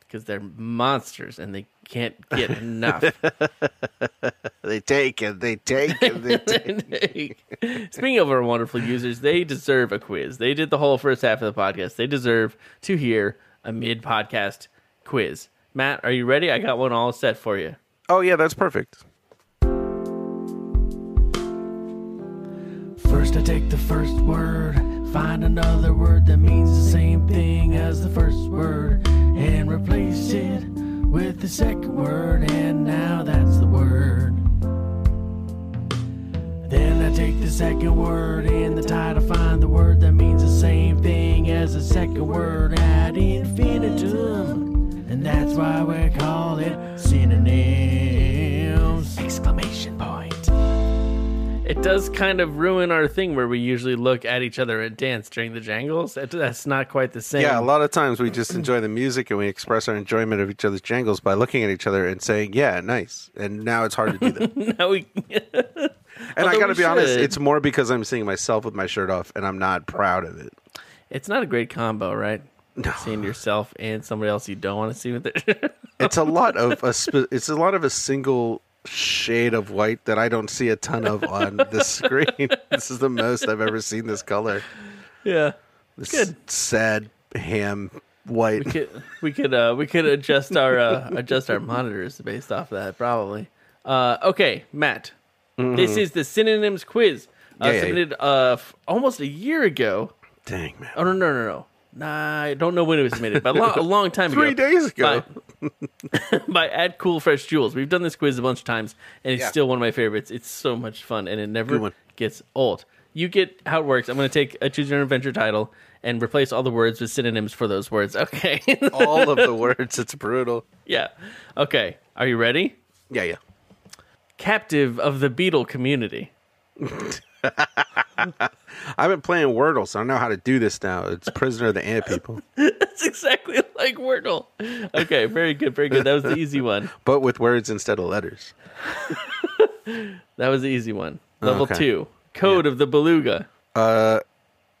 because they're monsters and they can't <laughs> get enough. They take and they take <laughs> and they take. Speaking of our wonderful users, they deserve a quiz. They did the whole first half of the podcast. They deserve to hear a mid podcast quiz. Matt, are you ready? I got one all set for you. oh yeah, that's perfect. First, I take the first word, find another word that means the same thing as the first word, and replace it with the second word, and now that's the word. Then I take the second word in the title, find the word that means the same thing as the second word ad infinitum, and that's why we call it synonyms! Exclamation point. It does kind of ruin our thing where we usually look at each other and dance during the jangles. That- That's not quite the same. Yeah, a lot of times we just enjoy the music and we express our enjoyment of each other's jangles by looking at each other and saying, "Yeah, nice." And now it's hard to <laughs> do that. <laughs> Now we- and I Although got to we be honest, should. it's more because I'm seeing myself with my shirt off and I'm not proud of it. it's not a great combo, right? No. Seeing yourself and somebody else you don't want to see with it. <laughs> It's a lot of a sp- it's a lot of a single shade of white that I don't see a ton of on <laughs> the screen. this is the most I've ever seen this color. yeah. This Good. sad ham white. could, we could uh, we could adjust our uh, adjust our monitors based off that probably. Uh, okay, Matt, this is the synonyms quiz uh, Mm-hmm. Yeah, yeah, yeah. submitted uh, f- almost a year ago. Dang man. Oh no no no no! Nah, I don't know when it was submitted, but a, lo- a long time <laughs> Three ago. days ago. By, <laughs> by at Cool Fresh Jewels, we've done this quiz a bunch of times, and it's Yeah. still one of my favorites. It's so much fun, and it Good never one. gets old. You get how it works. I'm going to take a choose your own adventure title and replace all the words with synonyms for those words. Okay. <laughs> All of the words. It's brutal. Yeah. Okay. Are you ready? Yeah, yeah. Captive of the beetle community. <laughs> I've been playing Wordle, so I know how to do this now. It's Prisoner of the Ant People, That's exactly like Wordle. Okay. Very good. Very good. That was the easy one. but with words instead of letters. That was the easy one. Level Okay. two. Code of the beluga.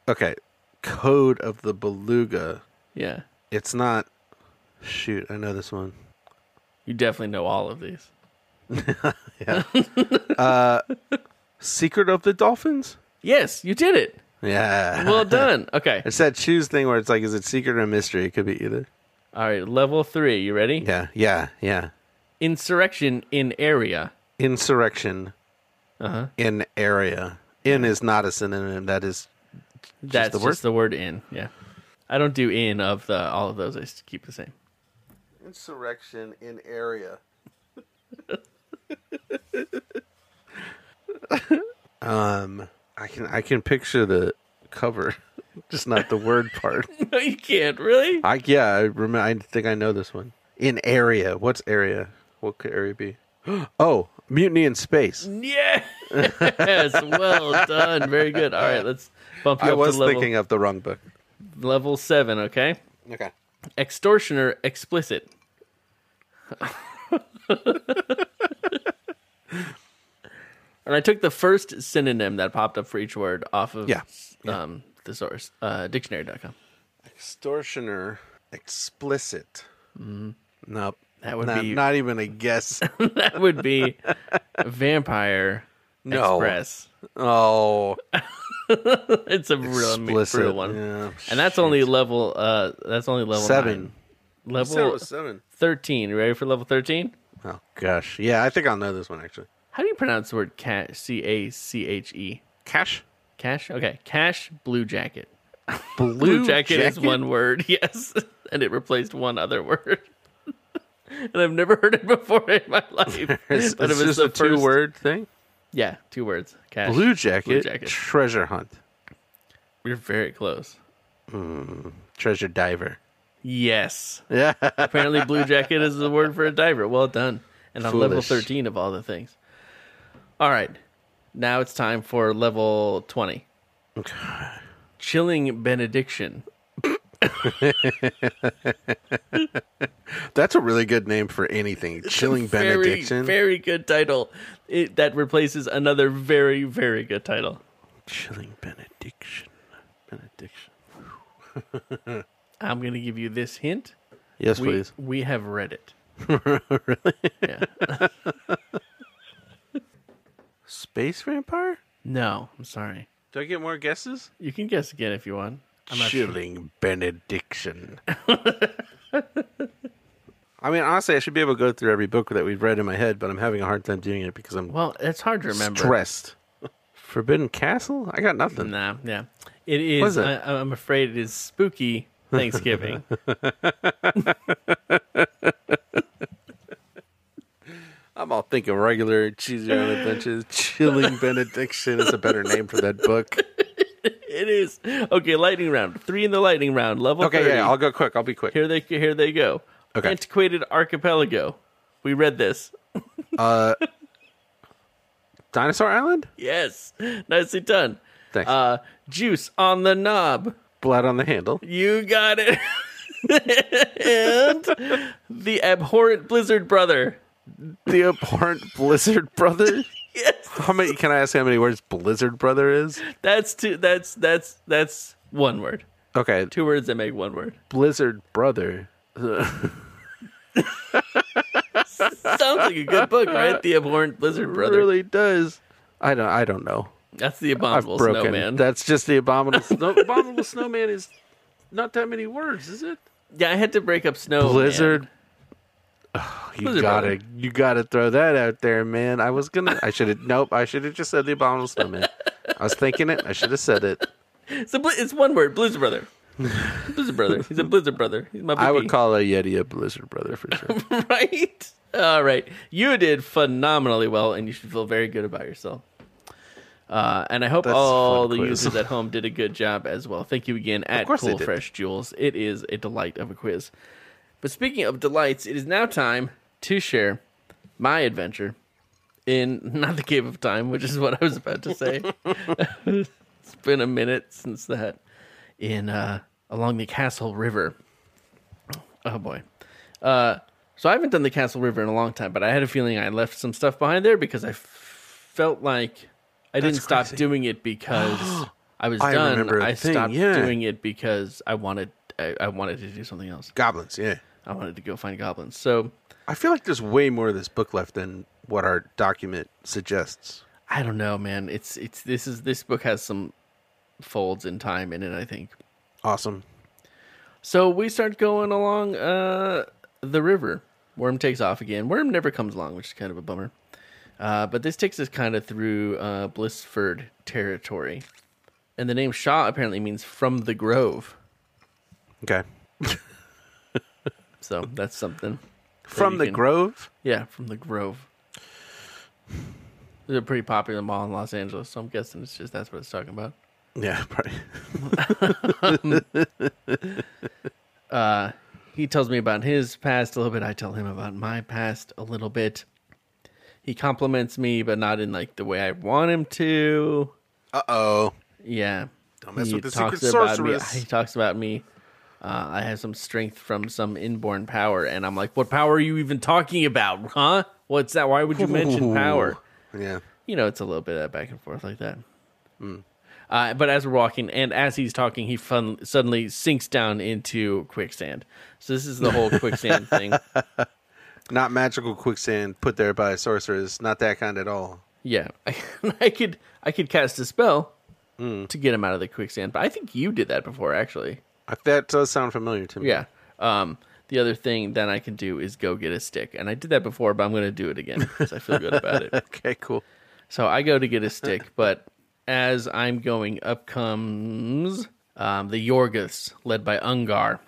Okay. Code of the Beluga. Yeah. It's not. Shoot, I know this one. You definitely know all of these. Secret of the Dolphins? Yes, you did it. Yeah. Well done. Okay. <laughs> It's that choose thing where it's like, is it secret or mystery? It could be either. All right. Level three. You ready? Yeah, yeah, yeah. Insurrection in area. Insurrection in area. In is not a synonym. That is. That's the just word? the word in. Yeah. I don't do in of the all of those. I just keep the same. <laughs> Insurrection in <laughs> area. um, I can I can picture the cover, <laughs> just not the word part. No, you can't. Really? I yeah, I remember. I think I know this one. In area, what's area? What could area be? <gasps> Oh, mutiny in space. Yes. <laughs> well done. Very good. All right, let's bump you I up was to level, thinking of the wrong book. level seven. Okay. Okay. Extortioner explicit. <laughs> and I took the first synonym that popped up for each word off of Yeah. um the source uh dictionary.com. Extortioner, explicit. Mm-hmm. Nope. That would not, be- not even <laughs> a guess. That would <laughs> be Vampire No. Express. oh, It's a real explicit. brutal one. Yeah. And that's only level uh that's only level Seven. nine. You said it Level was seven. thirteen. You ready for level thirteen? Oh gosh, yeah, I think I'll know this one actually. How do you pronounce the word cash C A C H E? Cash, Cash? Okay. Cash blue jacket. blue, Blue jacket, is one word, <laughs> yes. And it replaced one other word. <laughs> and I've never heard it before in <laughs> my life. It's, but it's it was just the a two first- word thing. Yeah, two words. Cash. Blue jacket, Blue jacket. treasure hunt, You're very close. treasure diver. Yes. Yeah, <laughs> Apparently blue jacket is the word for a diver. Well done. And on level Foolish. 13 of all the things. All right. Now it's time for level 20. Chilling benediction. that's a really good name for anything. Chilling benediction, Very, very good title. It, that replaces another very, very good title. chilling benediction, benediction. I'm going to give you this hint. Yes, We, please. we have read it. Space vampire. No, I'm sorry. Do I get more guesses? You can guess again if you want. I'm not sure. chilling benediction. <laughs> I mean, honestly, I should be able to go through every book that we've read in my head, but I'm having a hard time doing it because I'm Well, it's hard to remember. stressed. <laughs> Forbidden Castle? I got nothing. Nah, yeah. It is. Was it? I, I'm afraid it is <laughs> spooky Thanksgiving. I'm all thinking <laughs> regular cheesy on adventures. Chilling benediction is a better name for that <laughs> book. it is. Okay, lightning round. Three in the lightning round. Level Okay, 30. yeah, I'll go quick. I'll be quick. Here they here they go. Okay. Antiquated archipelago. We read this. Dinosaur Island? Yes. Nicely done. Thanks. Uh, juice on the knob. Blood on the <laughs> handle. You got it. and the abhorrent Blizzard brother. The abhorrent Blizzard Brother. Yes, <laughs> How many? Can I ask how many words Blizzard Brother is? that's two. That's that's that's one word. Okay, Two words that make one word. Blizzard Brother. Sounds like a good book, right? The abhorrent Blizzard brother. really does. I don't. I don't know. That's the I've abominable broken. snowman. That's just the abominable. <laughs> Snow- abominable snowman is not that many words, is it? yeah, I had to break up snow. Blizzard. Oh, you Blizzard gotta, Brother. you gotta throw that out there, man. I was gonna. I should have. <laughs> nope. I should have just said the abominable snowman. I was thinking it. I should have said it. It's, a bli- it's one word. Blizzard brother. Blizzard brother. He's a Blizzard brother. He's my. I baby. would call a Yeti a Blizzard brother for sure. <laughs> right? All right. You did phenomenally well, and you should feel very good about yourself. Uh, and I hope That's a all the fun quiz. <laughs> users at home did a good job as well. Thank you again at course they Cool did. Fresh Jewels. It is a delight of a quiz. But speaking of delights, it is now time to share my adventure in <laughs> not the cave of time, which is what I was about to <laughs> say. <laughs> it's been a minute since that in uh, along the Castle River. Oh boy. Uh, so I haven't done the Castle River in a long time, but I had a feeling I left some stuff behind there because I f- felt like I didn't stop doing it <gasps> because I was I done. remember a I thing, stopped yeah. doing it because I wanted I, I wanted to do something else. <laughs> Goblins. Yeah. I wanted to go find goblins. So I feel like there's way more of this book left than what our document suggests. I don't know, man. It's it's this is this book has some folds in time in it. I think. Awesome. So we start going along uh, the river. Worm takes off again. Worm never comes along, which is kind of a bummer. Uh, but this takes us kind of through uh, Blissford territory, and the name Shaw apparently means from the grove. Okay. So that's something. From you the can- Grove. Yeah, from the grove. It's a pretty popular mall in Los Angeles, so I'm guessing it's just that's what it's talking about. Yeah, <laughs> probably. He tells me about his past a little bit. I tell him about my past a little bit. He compliments me, but not in like the way I want him to. Uh oh. Yeah. Don't mess he with the talks secret about me. sorceress. He talks about me. Uh, I have some strength from some inborn power, and I'm like, "What power are you even talking about, huh? What's that? Why would you <laughs> mention power?" Yeah. You know, it's a little bit of back and forth like that. Hmm. Uh, but as we're walking, and as he's talking, he fun- suddenly sinks down into quicksand. So this is the whole <laughs> quicksand thing. Not magical quicksand put there by a sorceress. Not that kind at all. Yeah, <laughs> I, could I could cast a spell Mm. to get him out of the quicksand. But I think you did that before, actually. I- That does sound familiar to me. Yeah. Um, the other thing that I can do is go get a stick, and I did that before, but I'm going to do it again because I feel good about it. <laughs> Okay, cool. So I go to get a stick, but as I'm going, up comes um, the Yorgoths, led by Ungar.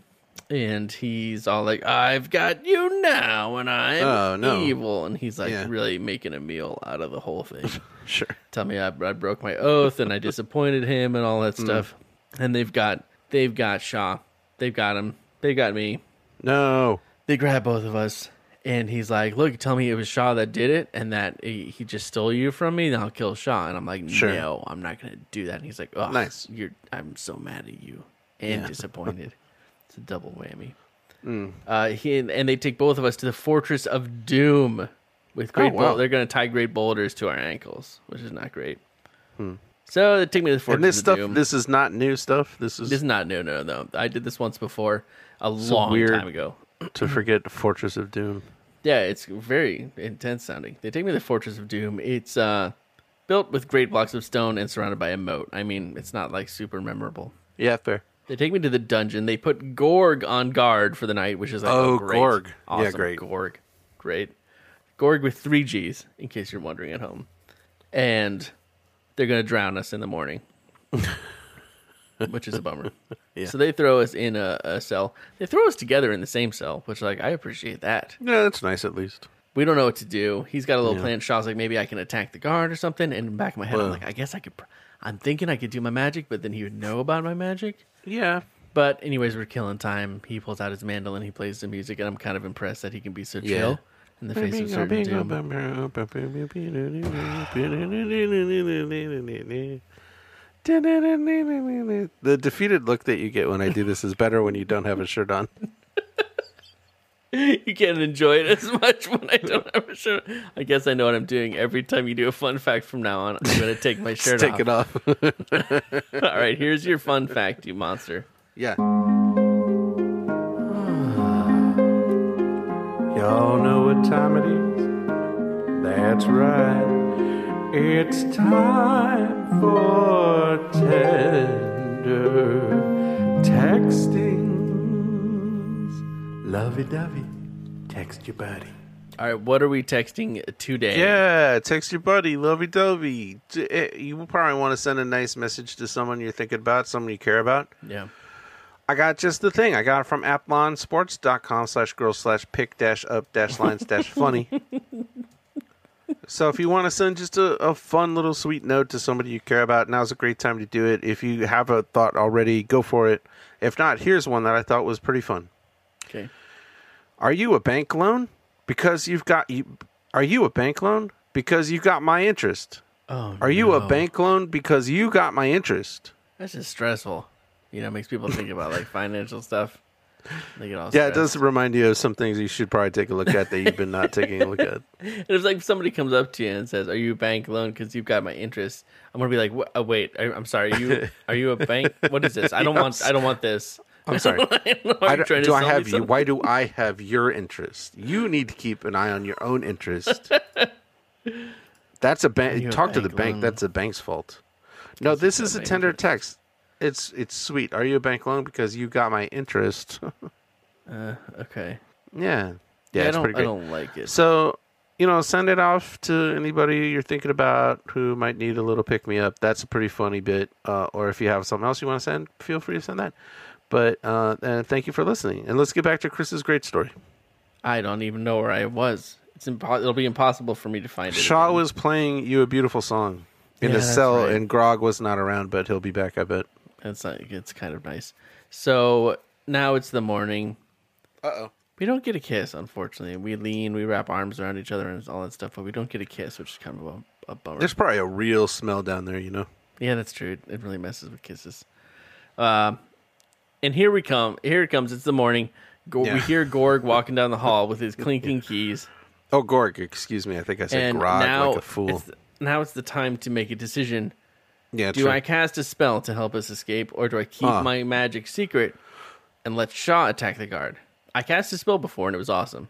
And he's all like, I've got you now, and I'm Oh, no. evil. And he's like, Yeah. really making a meal out of the whole thing. <laughs> Sure. Tell me I, I broke my oath and I disappointed him and all that stuff. And they've got they've got Shaw. They've got him. They've got me No. they grab both of us and he's like look tell me it was shaw that did it and that he, he just stole you from me then i'll kill shaw and i'm like Sure. no i'm not gonna do that and he's like oh Nice. you're i'm so mad at you <laughs> and disappointed it's a double whammy Mm. uh, he and they take both of us to the fortress of doom with great Oh, wow. bou- they're gonna tie great boulders to our ankles which is not great so they take me to the fortress Hmm. And this of stuff, doom this is not new stuff. This is this is not new no no i did this once before a long weird- time ago to forget Fortress of Doom. Yeah, it's very intense sounding. They take me to the Fortress of Doom. It's uh, built with great blocks of stone and surrounded by a moat. I mean, it's not like super memorable. Yeah, fair. They take me to the dungeon. They put Gorg on guard for the night, which is like, oh, Oh, great. Gorg. Yeah, Awesome. great. Gorg. Great. Gorg with three G's, in case you're wondering at home. And they're going to drown us in the morning, <laughs> which is a bummer. So they throw us in a, a cell. They throw us together in the same cell, which, like, I appreciate that Yeah, that's nice at least. we don't know what to do. He's got a little plan. Shaw's like, maybe I can attack the guard or something. And in the back of my head, I'm Whoa. like, I guess I could. Pr- I'm thinking I could do my magic, but then he would know about my magic. Yeah. But anyways, we're killing time. He pulls out his mandolin. He plays the music, and I'm kind of impressed that he can be so Yeah. chill in the face of certain <laughs> doom. The defeated look that you get when I do this is better when you don't have a shirt on. You can't enjoy it as much when I don't have a shirt. I guess I know what I'm doing. Every time you do a fun fact from now on, I'm gonna take <laughs> my shirt Just <laughs> take off. it off. All right, here's your fun fact, you monster. yeah. <sighs> Y'all know what time it is? That's right. It's time for tender textings. Lovey dovey, text your buddy. All right, what are we texting today? Yeah, text your buddy, lovey dovey. D- eh, You probably want to send a nice message to someone you're thinking about, someone you care about. yeah. I got just the thing. I got it from applonsports.com slash girl slash pick dash up dash lines <laughs> dash funny. So if you want to send just a, a fun little sweet note to somebody you care about, now's a great time to do it. If you have a thought already, go for it. If not, here's one that I thought was pretty fun. Okay. Are you a bank loan? Because you've got you. Are you a bank loan? Because you've got my interest. Oh, Are you no. a bank loan because you got my interest? That's just stressful. You know, makes people think about <laughs> like financial stuff. They get all Yeah, it stressed. does remind you of some things you should probably take a look at that you've been not taking a look at. And if like somebody comes up to you and says, "Are you a bank loan?" Because you've got my interest, I'm gonna be like, "Wha- uh, "Wait, I, I'm sorry. Are you are <laughs> you a bank? What is this? I don't want. I don't want this. I'm sorry. I don't know <laughs> why I you're don't- trying to do I sell me have you? something. Why do I have your interest? You need to keep an eye on your <laughs> own interest. That's a you a bank. Talk to the bank bank. loan? That's a bank's fault. No, this is a my tender text. It's it's sweet. Are you a bank loan because you got my interest? <laughs> Okay. yeah, yeah, I it's don't. pretty I great. don't like it. So, you know, send it off to anybody you're thinking about who might need a little pick me up. That's a pretty funny bit. Uh, or if you have something else you want to send, feel free to send that. But uh, and thank you for listening. And let's get back to Chris's great story. I don't even know where I was. It's impo- It'll be impossible for me to find it. Shaw was playing you a beautiful song. in Yeah, his that's cell, right. and Grog was not around, but he'll be back. I bet. That's not. It's kind of nice. So now it's the morning. Uh oh. We don't get a kiss, unfortunately. We lean, we wrap arms around each other, and all that stuff, but we don't get a kiss, which is kind of a, a bummer. There's probably a real smell down there, you know. Yeah, that's true. It really messes with kisses. Um, and here we come. Here it comes. It's the morning. Go- Yeah. We hear Gorg walking down the hall with <laughs> his clinking keys. Oh, Gorg, excuse me. I think I said and Grog now like a fool. It's, now it's the time to make a decision. Yeah, Do true. I cast a spell to help us escape, or do I keep Huh. my magic secret and let Shaw attack the guard? I cast a spell before, and it was awesome.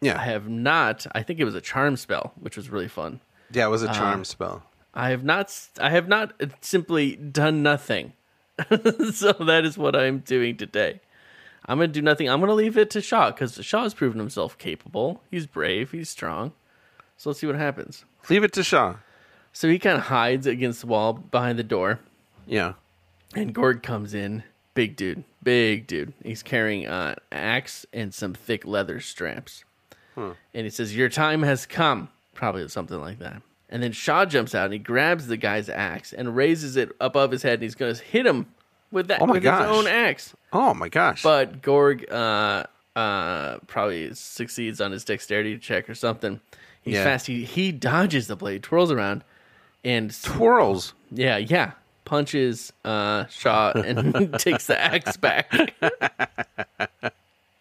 yeah, I have not. I think it was a charm spell, which was really fun. yeah. It was a uh, charm spell. I have not. s- I have not simply done nothing. <laughs> so that is what I'm doing today. I'm gonna do nothing. I'm gonna leave it to Shaw because Shaw has proven himself capable. He's brave. He's strong. So let's see what happens. Leave it to Shaw. So he kind of hides against the wall behind the door, Yeah. and Gorg comes in. Big dude. Big dude. He's carrying uh, an axe and some thick leather straps. Hmm. And he says, Your time has come. Probably something like that. And then Shaw jumps out and he grabs the guy's axe and raises it above his head and he's going to hit him with that Oh my with gosh. his own axe. Oh my gosh. But Gorg uh, uh, probably succeeds on his dexterity check or something. He's Yeah. fast. He, he dodges the blade, twirls around, and twirls. yeah, yeah. Punches uh, Shaw and <laughs> takes the axe <laughs> back.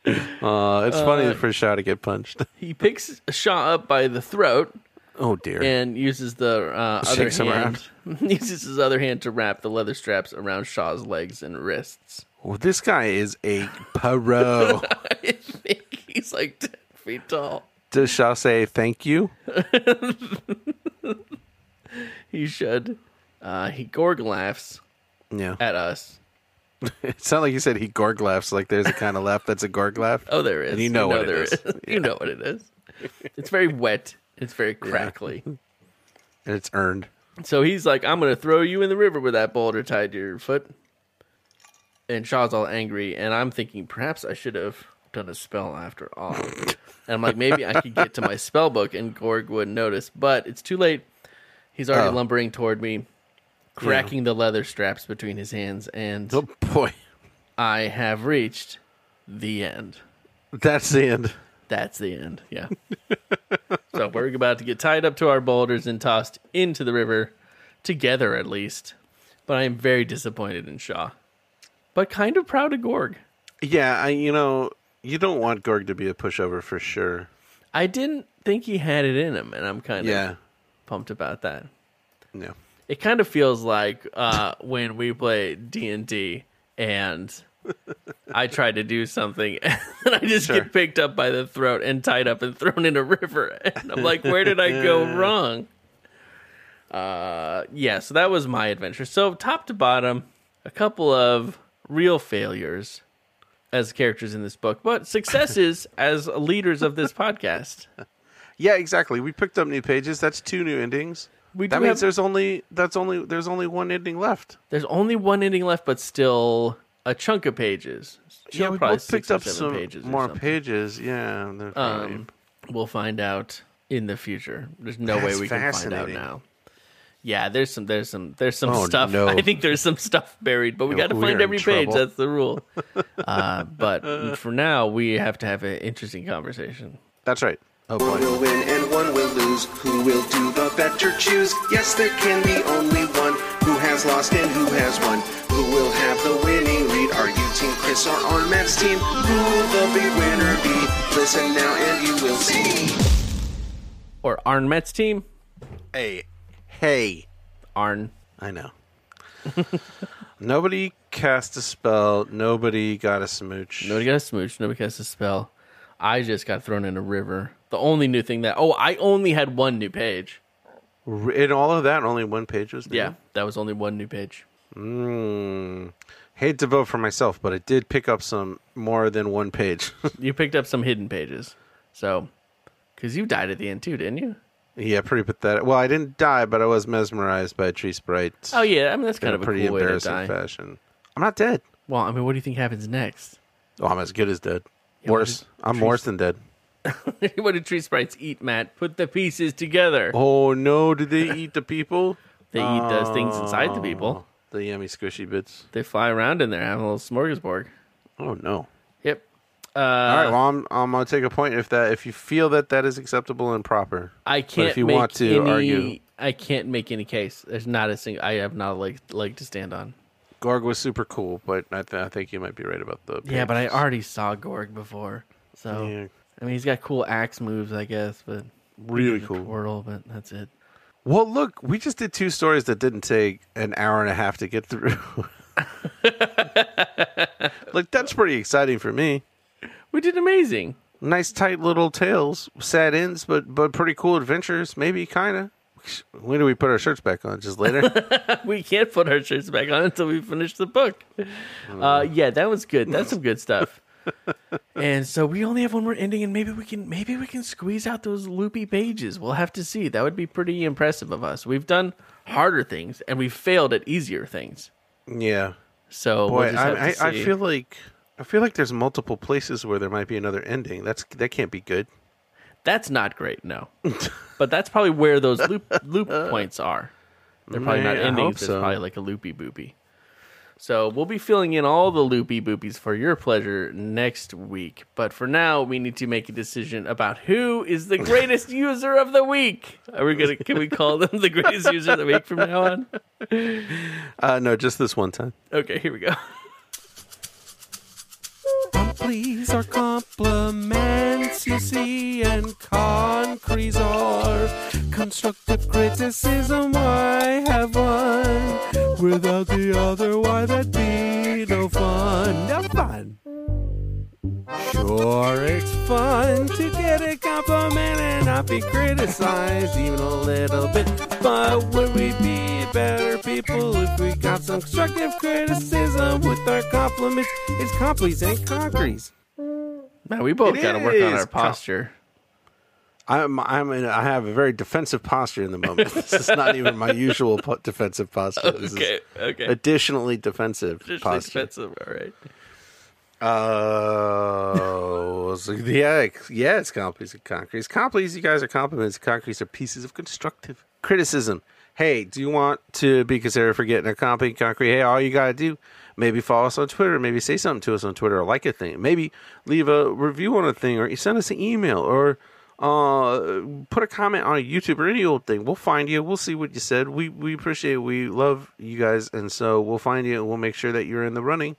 Uh, it's funny for Shaw to get punched. <laughs> He picks Shaw up by the throat oh dear. and uses the uh, other Shakes him hand. <laughs> uses his other hand to wrap the leather straps around Shaw's legs and wrists. <laughs> Well, this guy is a pro. I think he's like ten feet tall. Does Shaw say thank you? He should. Uh, he gorg laughs Yeah. at us. It's not like you said he gorg laughs. Like there's a kind of laugh that's a gorg laugh. Oh, there is. you know what it there is. You know what it <laughs> is. <laughs> It's very wet. It's very crackly. And it's earned. So he's like, I'm going to throw you in the river with that boulder tied to your foot. And Shaw's all angry. And I'm thinking, perhaps I should have done a spell after all. and I'm like, maybe I could get to my spell book and Gorg wouldn't notice. But it's too late. He's already Oh. lumbering toward me, cracking the leather straps between his hands. And Oh boy, I have reached the end. that's the end. That's the end. Yeah. <laughs> so we're about to get tied up to our boulders and tossed into the river, together at least. But I am very disappointed in Shaw, but kind of proud of Gorg. Yeah, I you know you don't want gorg to be a pushover for sure. I didn't think he had it in him, and I'm kind of Yeah. pumped about that. No. It kind of feels like uh, when we play D and D, and I try to do something, <laughs> and I just Sure. get picked up by the throat and tied up and thrown in a river. <laughs> And I'm like, where did I go wrong? Uh, yeah. So that was my adventure. So top to bottom, a couple of real failures as characters in this book, but successes as leaders of this podcast. Yeah, exactly. We picked up new pages. That's two new endings. We that do means have- there's only that's only there's only one ending left. There's only one ending left, but still a chunk of pages. Yeah, we probably both six picked or up seven some pages or more something. pages. Yeah, and they're probably- Um, we'll find out in the future. There's no That's way we can find out fascinating. now. Yeah, there's some, there's some, there's some Oh, stuff. <laughs> no. I think there's some stuff buried, <laughs> but we Yeah, got to we are find in every page. trouble. That's the <laughs> rule. uh, but for now, we have to have an interesting conversation. that's right. Oh boy. will win and one will lose. Who will do the better choose? Yes, there can be only one who has lost and who has won. Who will have the winning lead? Are you Team Chris or on Matt's team? Who will the big winner be? Listen now and you will see. Or Arn Met's team, Hey, hey. Arn. I know. <laughs> Nobody cast a spell. Nobody got a smooch. Nobody got a smooch. Nobody cast a spell. I just got thrown in a river. The only new thing that oh, I only had one new page. In all of that, only one page was new. Yeah, that was only one new page. Mm. Hate to vote for myself, but I did pick up some more than one page. <laughs> You picked up some hidden pages, so because you died at the end too, didn't you? yeah, pretty pathetic. Well, I didn't die, but I was mesmerized by a tree sprite. Oh yeah, I mean that's in kind a of a pretty cool way to embarrassing die. fashion. I'm not dead. Well, I mean, what do you think happens next? <laughs> Oh, I'm as good as dead. what worse. did I'm worse than dead. what do tree sprites eat, Matt? Put the pieces together. <laughs> Oh no! Did they eat the people? Oh, They eat those things inside the people. The yummy squishy bits. They fly around in there, having a little smorgasbord. Oh no. Yep. Uh, All right. Well, I'm, I'm gonna take a point if that if you feel that that is acceptable and proper. I can't. if you make want to any, argue- I can't make any case. There's not a single. I have not a leg, leg to stand on. Gorg was super cool, but I, th- I think you might be right about the. Yeah, but I pages. already saw Gorg before, so Yeah. I mean he's got cool axe moves, I guess, but really and a cool. Portal, but that's it. Well, look, we just did two stories that didn't take an hour and a half to get <laughs> through. like that's pretty exciting for me. We did amazing. Nice tight little tales, sad ends, but but pretty cool adventures. Maybe kind of. When do we put our shirts back on? <laughs> Just later. We can't put our shirts back on until we finish the book. Uh, Mm. yeah, that was good. That's some good <laughs> stuff. and so we only have one more ending, and maybe we can maybe we can squeeze out those loopy pages. We'll have to see. That would be pretty impressive of us. We've done harder things, and we've failed at easier things. yeah. So Boy, we'll just have I, I, to I see. feel like I feel like there's multiple places where there might be another ending. That's that can't be good. That's not great, no. but that's probably where those loop loop points are. They're probably not Man, I hope endings. It's so. probably like a loopy boopy. So we'll be filling in all the loopy boopies for your pleasure next week. But for now, we need to make a decision about who is the greatest user of the week. Are we gonna? Can we call them the greatest user of the week from now on? Uh, no, just this one time. Okay, here we go. Please are compliments you see and concretes are constructive criticism I have one without the other why that'd be no fun no fun Sure it's fun to get a compliment and not be criticized even a little bit but would we be better people if we got some constructive criticism with our compliments it's compliments and concretes Man, we both It got to work on is our com- posture. I'm I'm in, I have a very defensive posture in the moment. this is not even <laughs> my usual po- defensive posture. This Okay, is okay. additionally defensive Just posture. expensive. All right. Oh, so yeah, ex- yeah. It's compliments and concretes. Compliments, you guys are compliments. Concretes are pieces of constructive criticism. Hey, do you want to be considered for getting a compliment concrete? Hey, all you gotta do, maybe follow us on Twitter, maybe say something to us on Twitter, or like a thing, maybe leave a review on a thing, or send us an email, or uh, put a comment on a YouTube or any old thing. We'll find you. We'll see what you said. We we appreciate. it. We love you guys, and so we'll find you and we'll make sure that you're in the running.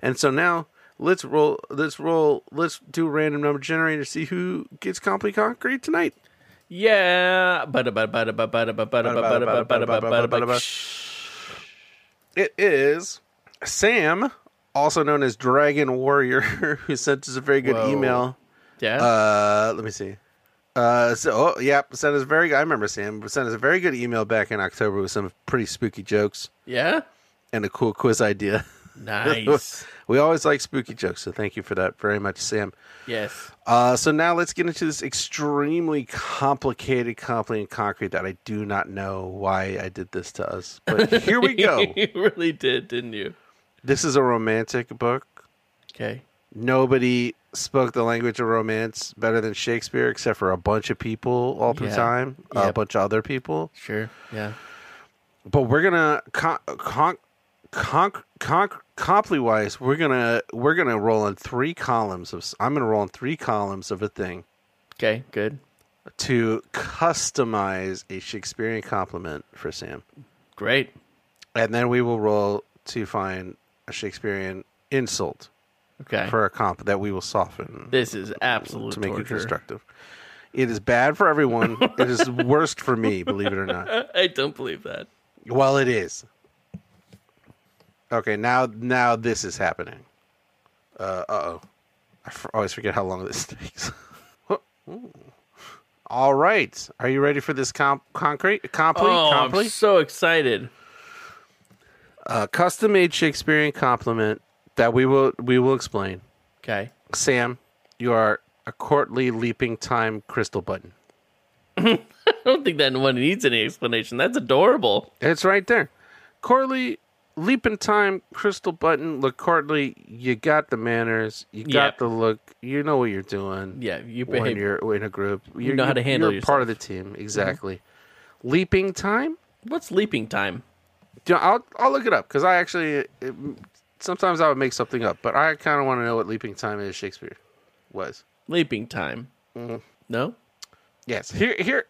And so now let's roll. Let's roll. Let's do a random number generator. See who gets complete concrete tonight. Yeah. Bada bada bada bada bada bada bada bada bada bada bada bada. It is Sam, also known as Dragon Warrior, <laughs> who sent us a very good Whoa. email. Yeah. Uh, let me see. Uh, so oh, yeah, sent us a very. I remember Sam sent us a very good email back in October with some pretty spooky jokes yeah. and a cool quiz idea. <laughs> <laughs> Nice. we always like spooky jokes, so thank you for that very much, Sam. yes. Uh, so now let's get into this extremely complicated compliment concrete that I do not know why I did this to us. But here we go. <laughs> you really did, didn't you? this is a romantic book. Okay. Nobody spoke the language of romance better than Shakespeare, except for a bunch of people all the Yeah. time, a Yep. bunch of other people. Sure. Yeah. But we're gonna con- con- con- con- comply wise, we're gonna we're gonna roll on three columns of. s- I'm gonna roll on three columns of a thing. Okay. Good. to customize a Shakespearean compliment for Sam. Great. And then we will roll to find a Shakespearean insult Okay. for a comp that we will soften this is absolute to make it torture. constructive. It is bad for everyone. it is worst for me, believe it or not. I don't believe that. Well, it is. Okay, now now this is happening. Uh oh. I f- always forget how long this <laughs> takes. Ooh. All right. Are you ready for this comp concrete? Complete? Oh, complete? I'm so excited. a custom made Shakespearean compliment that we will we will explain. Okay. Sam, you are a courtly leaping time crystal button. I don't think that one needs any explanation. That's adorable. It's right there. Courtly leaping time crystal button. Look courtly, you got the manners, you got Yep. the look, you know what you're doing. Yeah. You when behave. you're in a group, you know how to handle Mm-hmm. You're part of the team, exactly. Leaping time, What's leaping time? You know, I'll I'll look it up because I actually it, sometimes I would make something up, but I kind of want to know what leaping time is Shakespeare was. Leaping time. Mm-hmm. No? Yes, here here,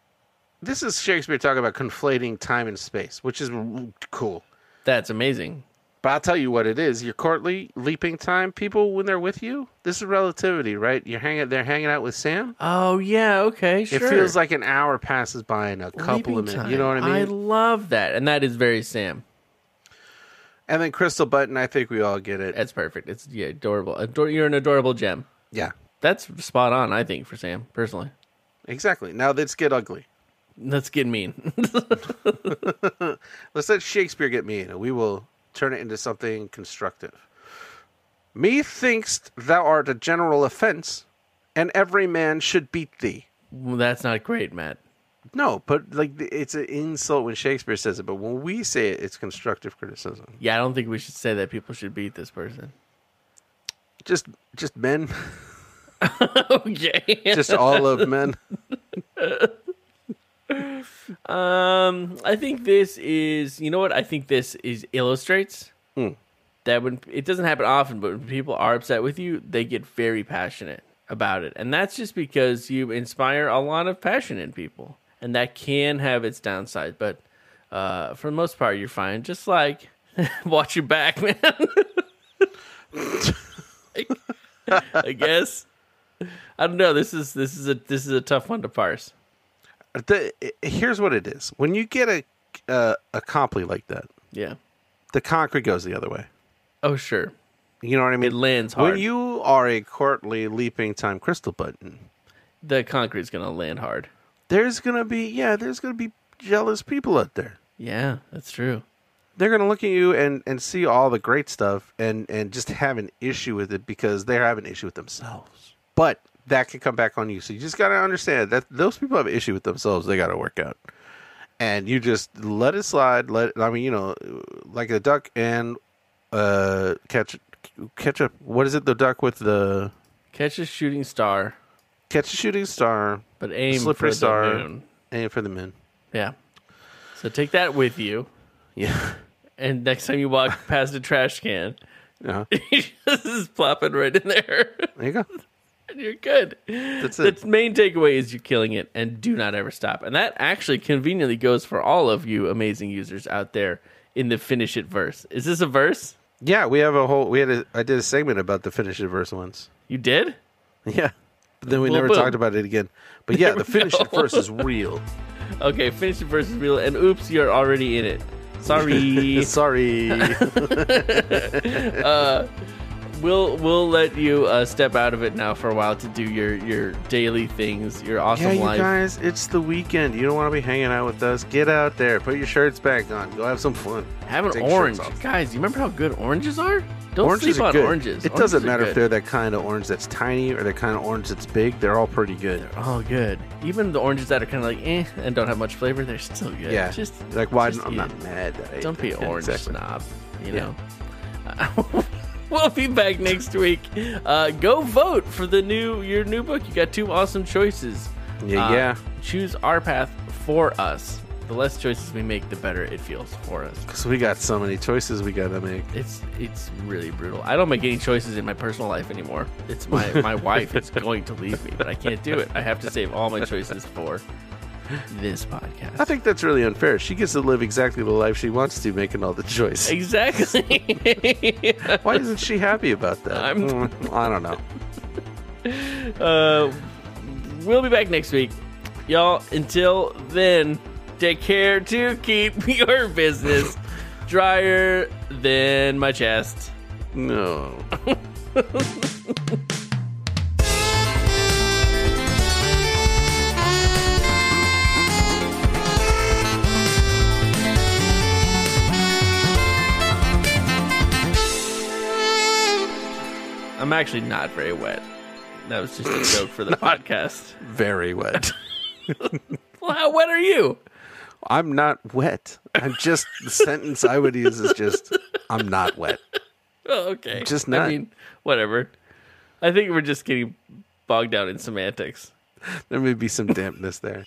this is Shakespeare talking about conflating time and space, which is r- cool. That's amazing. But I'll tell you what it is: your courtly leaping time people when they're with you. This is relativity, right? You're hanging, they're hanging out with Sam. Oh, yeah. Okay. Sure. It feels like an hour passes by in a couple of Leaping minutes. time. You know what I mean? I love that. And that is very Sam. And then Crystal Button, I think we all get it. That's perfect. It's yeah, adorable. Ador- you're an adorable gem. Yeah, That's spot on, I think, for Sam, personally. exactly. Now let's get ugly. That's getting mean. <laughs> Let's let Shakespeare get me in, and we will turn it into something constructive. Methinks thou art a general offense, and every man should beat thee. Well, that's not great, Matt. No, but like th- it's an insult when Shakespeare says it, but when we say it, it's constructive criticism. Yeah, I don't think we should say that people should beat this person. Just, just men, <laughs> okay. <laughs> just all of men. Um, I think this is. You know what? I think this is illustrates that when it doesn't happen often, but when people are upset with you, they get very passionate about it, and that's just because you inspire a lot of passion in people, and that can have its downside. But uh, for the most part, you're fine. Just like <laughs> watch your back, <laughs> man. I guess. I don't know. This is this is a this is a tough one to parse. The, here's what it is: when you get a uh, a comply like that, Yeah. the concrete goes the other way. Oh sure. You know what I mean? It lands hard. When you are a courtly leaping time crystal button, the concrete's gonna land hard. there's gonna be yeah, there's gonna be jealous people out there. Yeah, that's true. They're gonna look at you and and see all the great stuff and and just have an issue with it because they have an issue with themselves. But that can come back on you. So you just gotta understand that those people have an issue with themselves. They gotta work out. And you just let it slide. Let I mean you know like a duck and uh catch catch up. What is it? The duck with the Catch a shooting star, catch a shooting star. but aim for Slippery the star. moon. And for the men. Yeah. So take that with you, Yeah. <laughs> and next time you walk past a trash can, <laughs> Uh-huh. you just just plop it right in there, <laughs> There you go. and you're good. That's the it. main takeaway is you're killing it, and do not ever stop. And that actually conveniently goes for all of you amazing users out there in the finish it verse. Is this a verse? Yeah, we have a whole. We had a. I did a segment about the finish it verse once. You did? <laughs> Yeah, but then we Well, never boom. talked about it again. But yeah, <laughs> the finish it go. verse <laughs> is real. Okay, finish it verse is real, and oops, you're already in it. Sorry. Sorry. We'll we'll let you uh, step out of it now for a while to do your your daily things, your awesome yeah, you life. guys, it's the weekend. You don't want to be hanging out with us. Get out there, put your shirts back on, go have some fun. Have an Take shirts orange, off. guys. You remember how good oranges are? Don't Oranges sleep are on good. oranges. It Oranges doesn't are matter if good. they're that kind of orange that's tiny or the kind of orange that's big. They're all pretty good. all Oh, good. Even the oranges that are kind of like eh and don't have much flavor, they're still good. Yeah, just like why? just I'm eat not it. mad. That I ate Don't be that. an orange Exactly. snob. You Yeah. know. <laughs> we'll be back next week. Uh, go vote for the new your new book. You got two awesome choices. Yeah, Uh, yeah. Choose our path for us. The less choices we make, the better it feels for us. Because we got so many choices we gotta make. It's it's really brutal. I don't make any choices in my personal life anymore. It's my <laughs> my wife is going to leave me, but I can't do it. I have to save all my choices for this podcast. I think that's really unfair. She gets to live exactly the life she wants to, making all the choices. Exactly. <laughs> Why isn't she happy about that? I'm- Mm, I don't know. uh, we'll be back next week. Y'all, until then, take care to keep <laughs> your <laughs> business drier than my chest. No. I'm actually not very wet. That was just <laughs> a joke for the podcast. Very wet. Well, how wet are you? I'm not wet. I'm just the sentence I would use is just I'm not wet. Oh, okay. Just I not. mean, whatever. I think we're just getting bogged down in semantics. There may be some dampness there.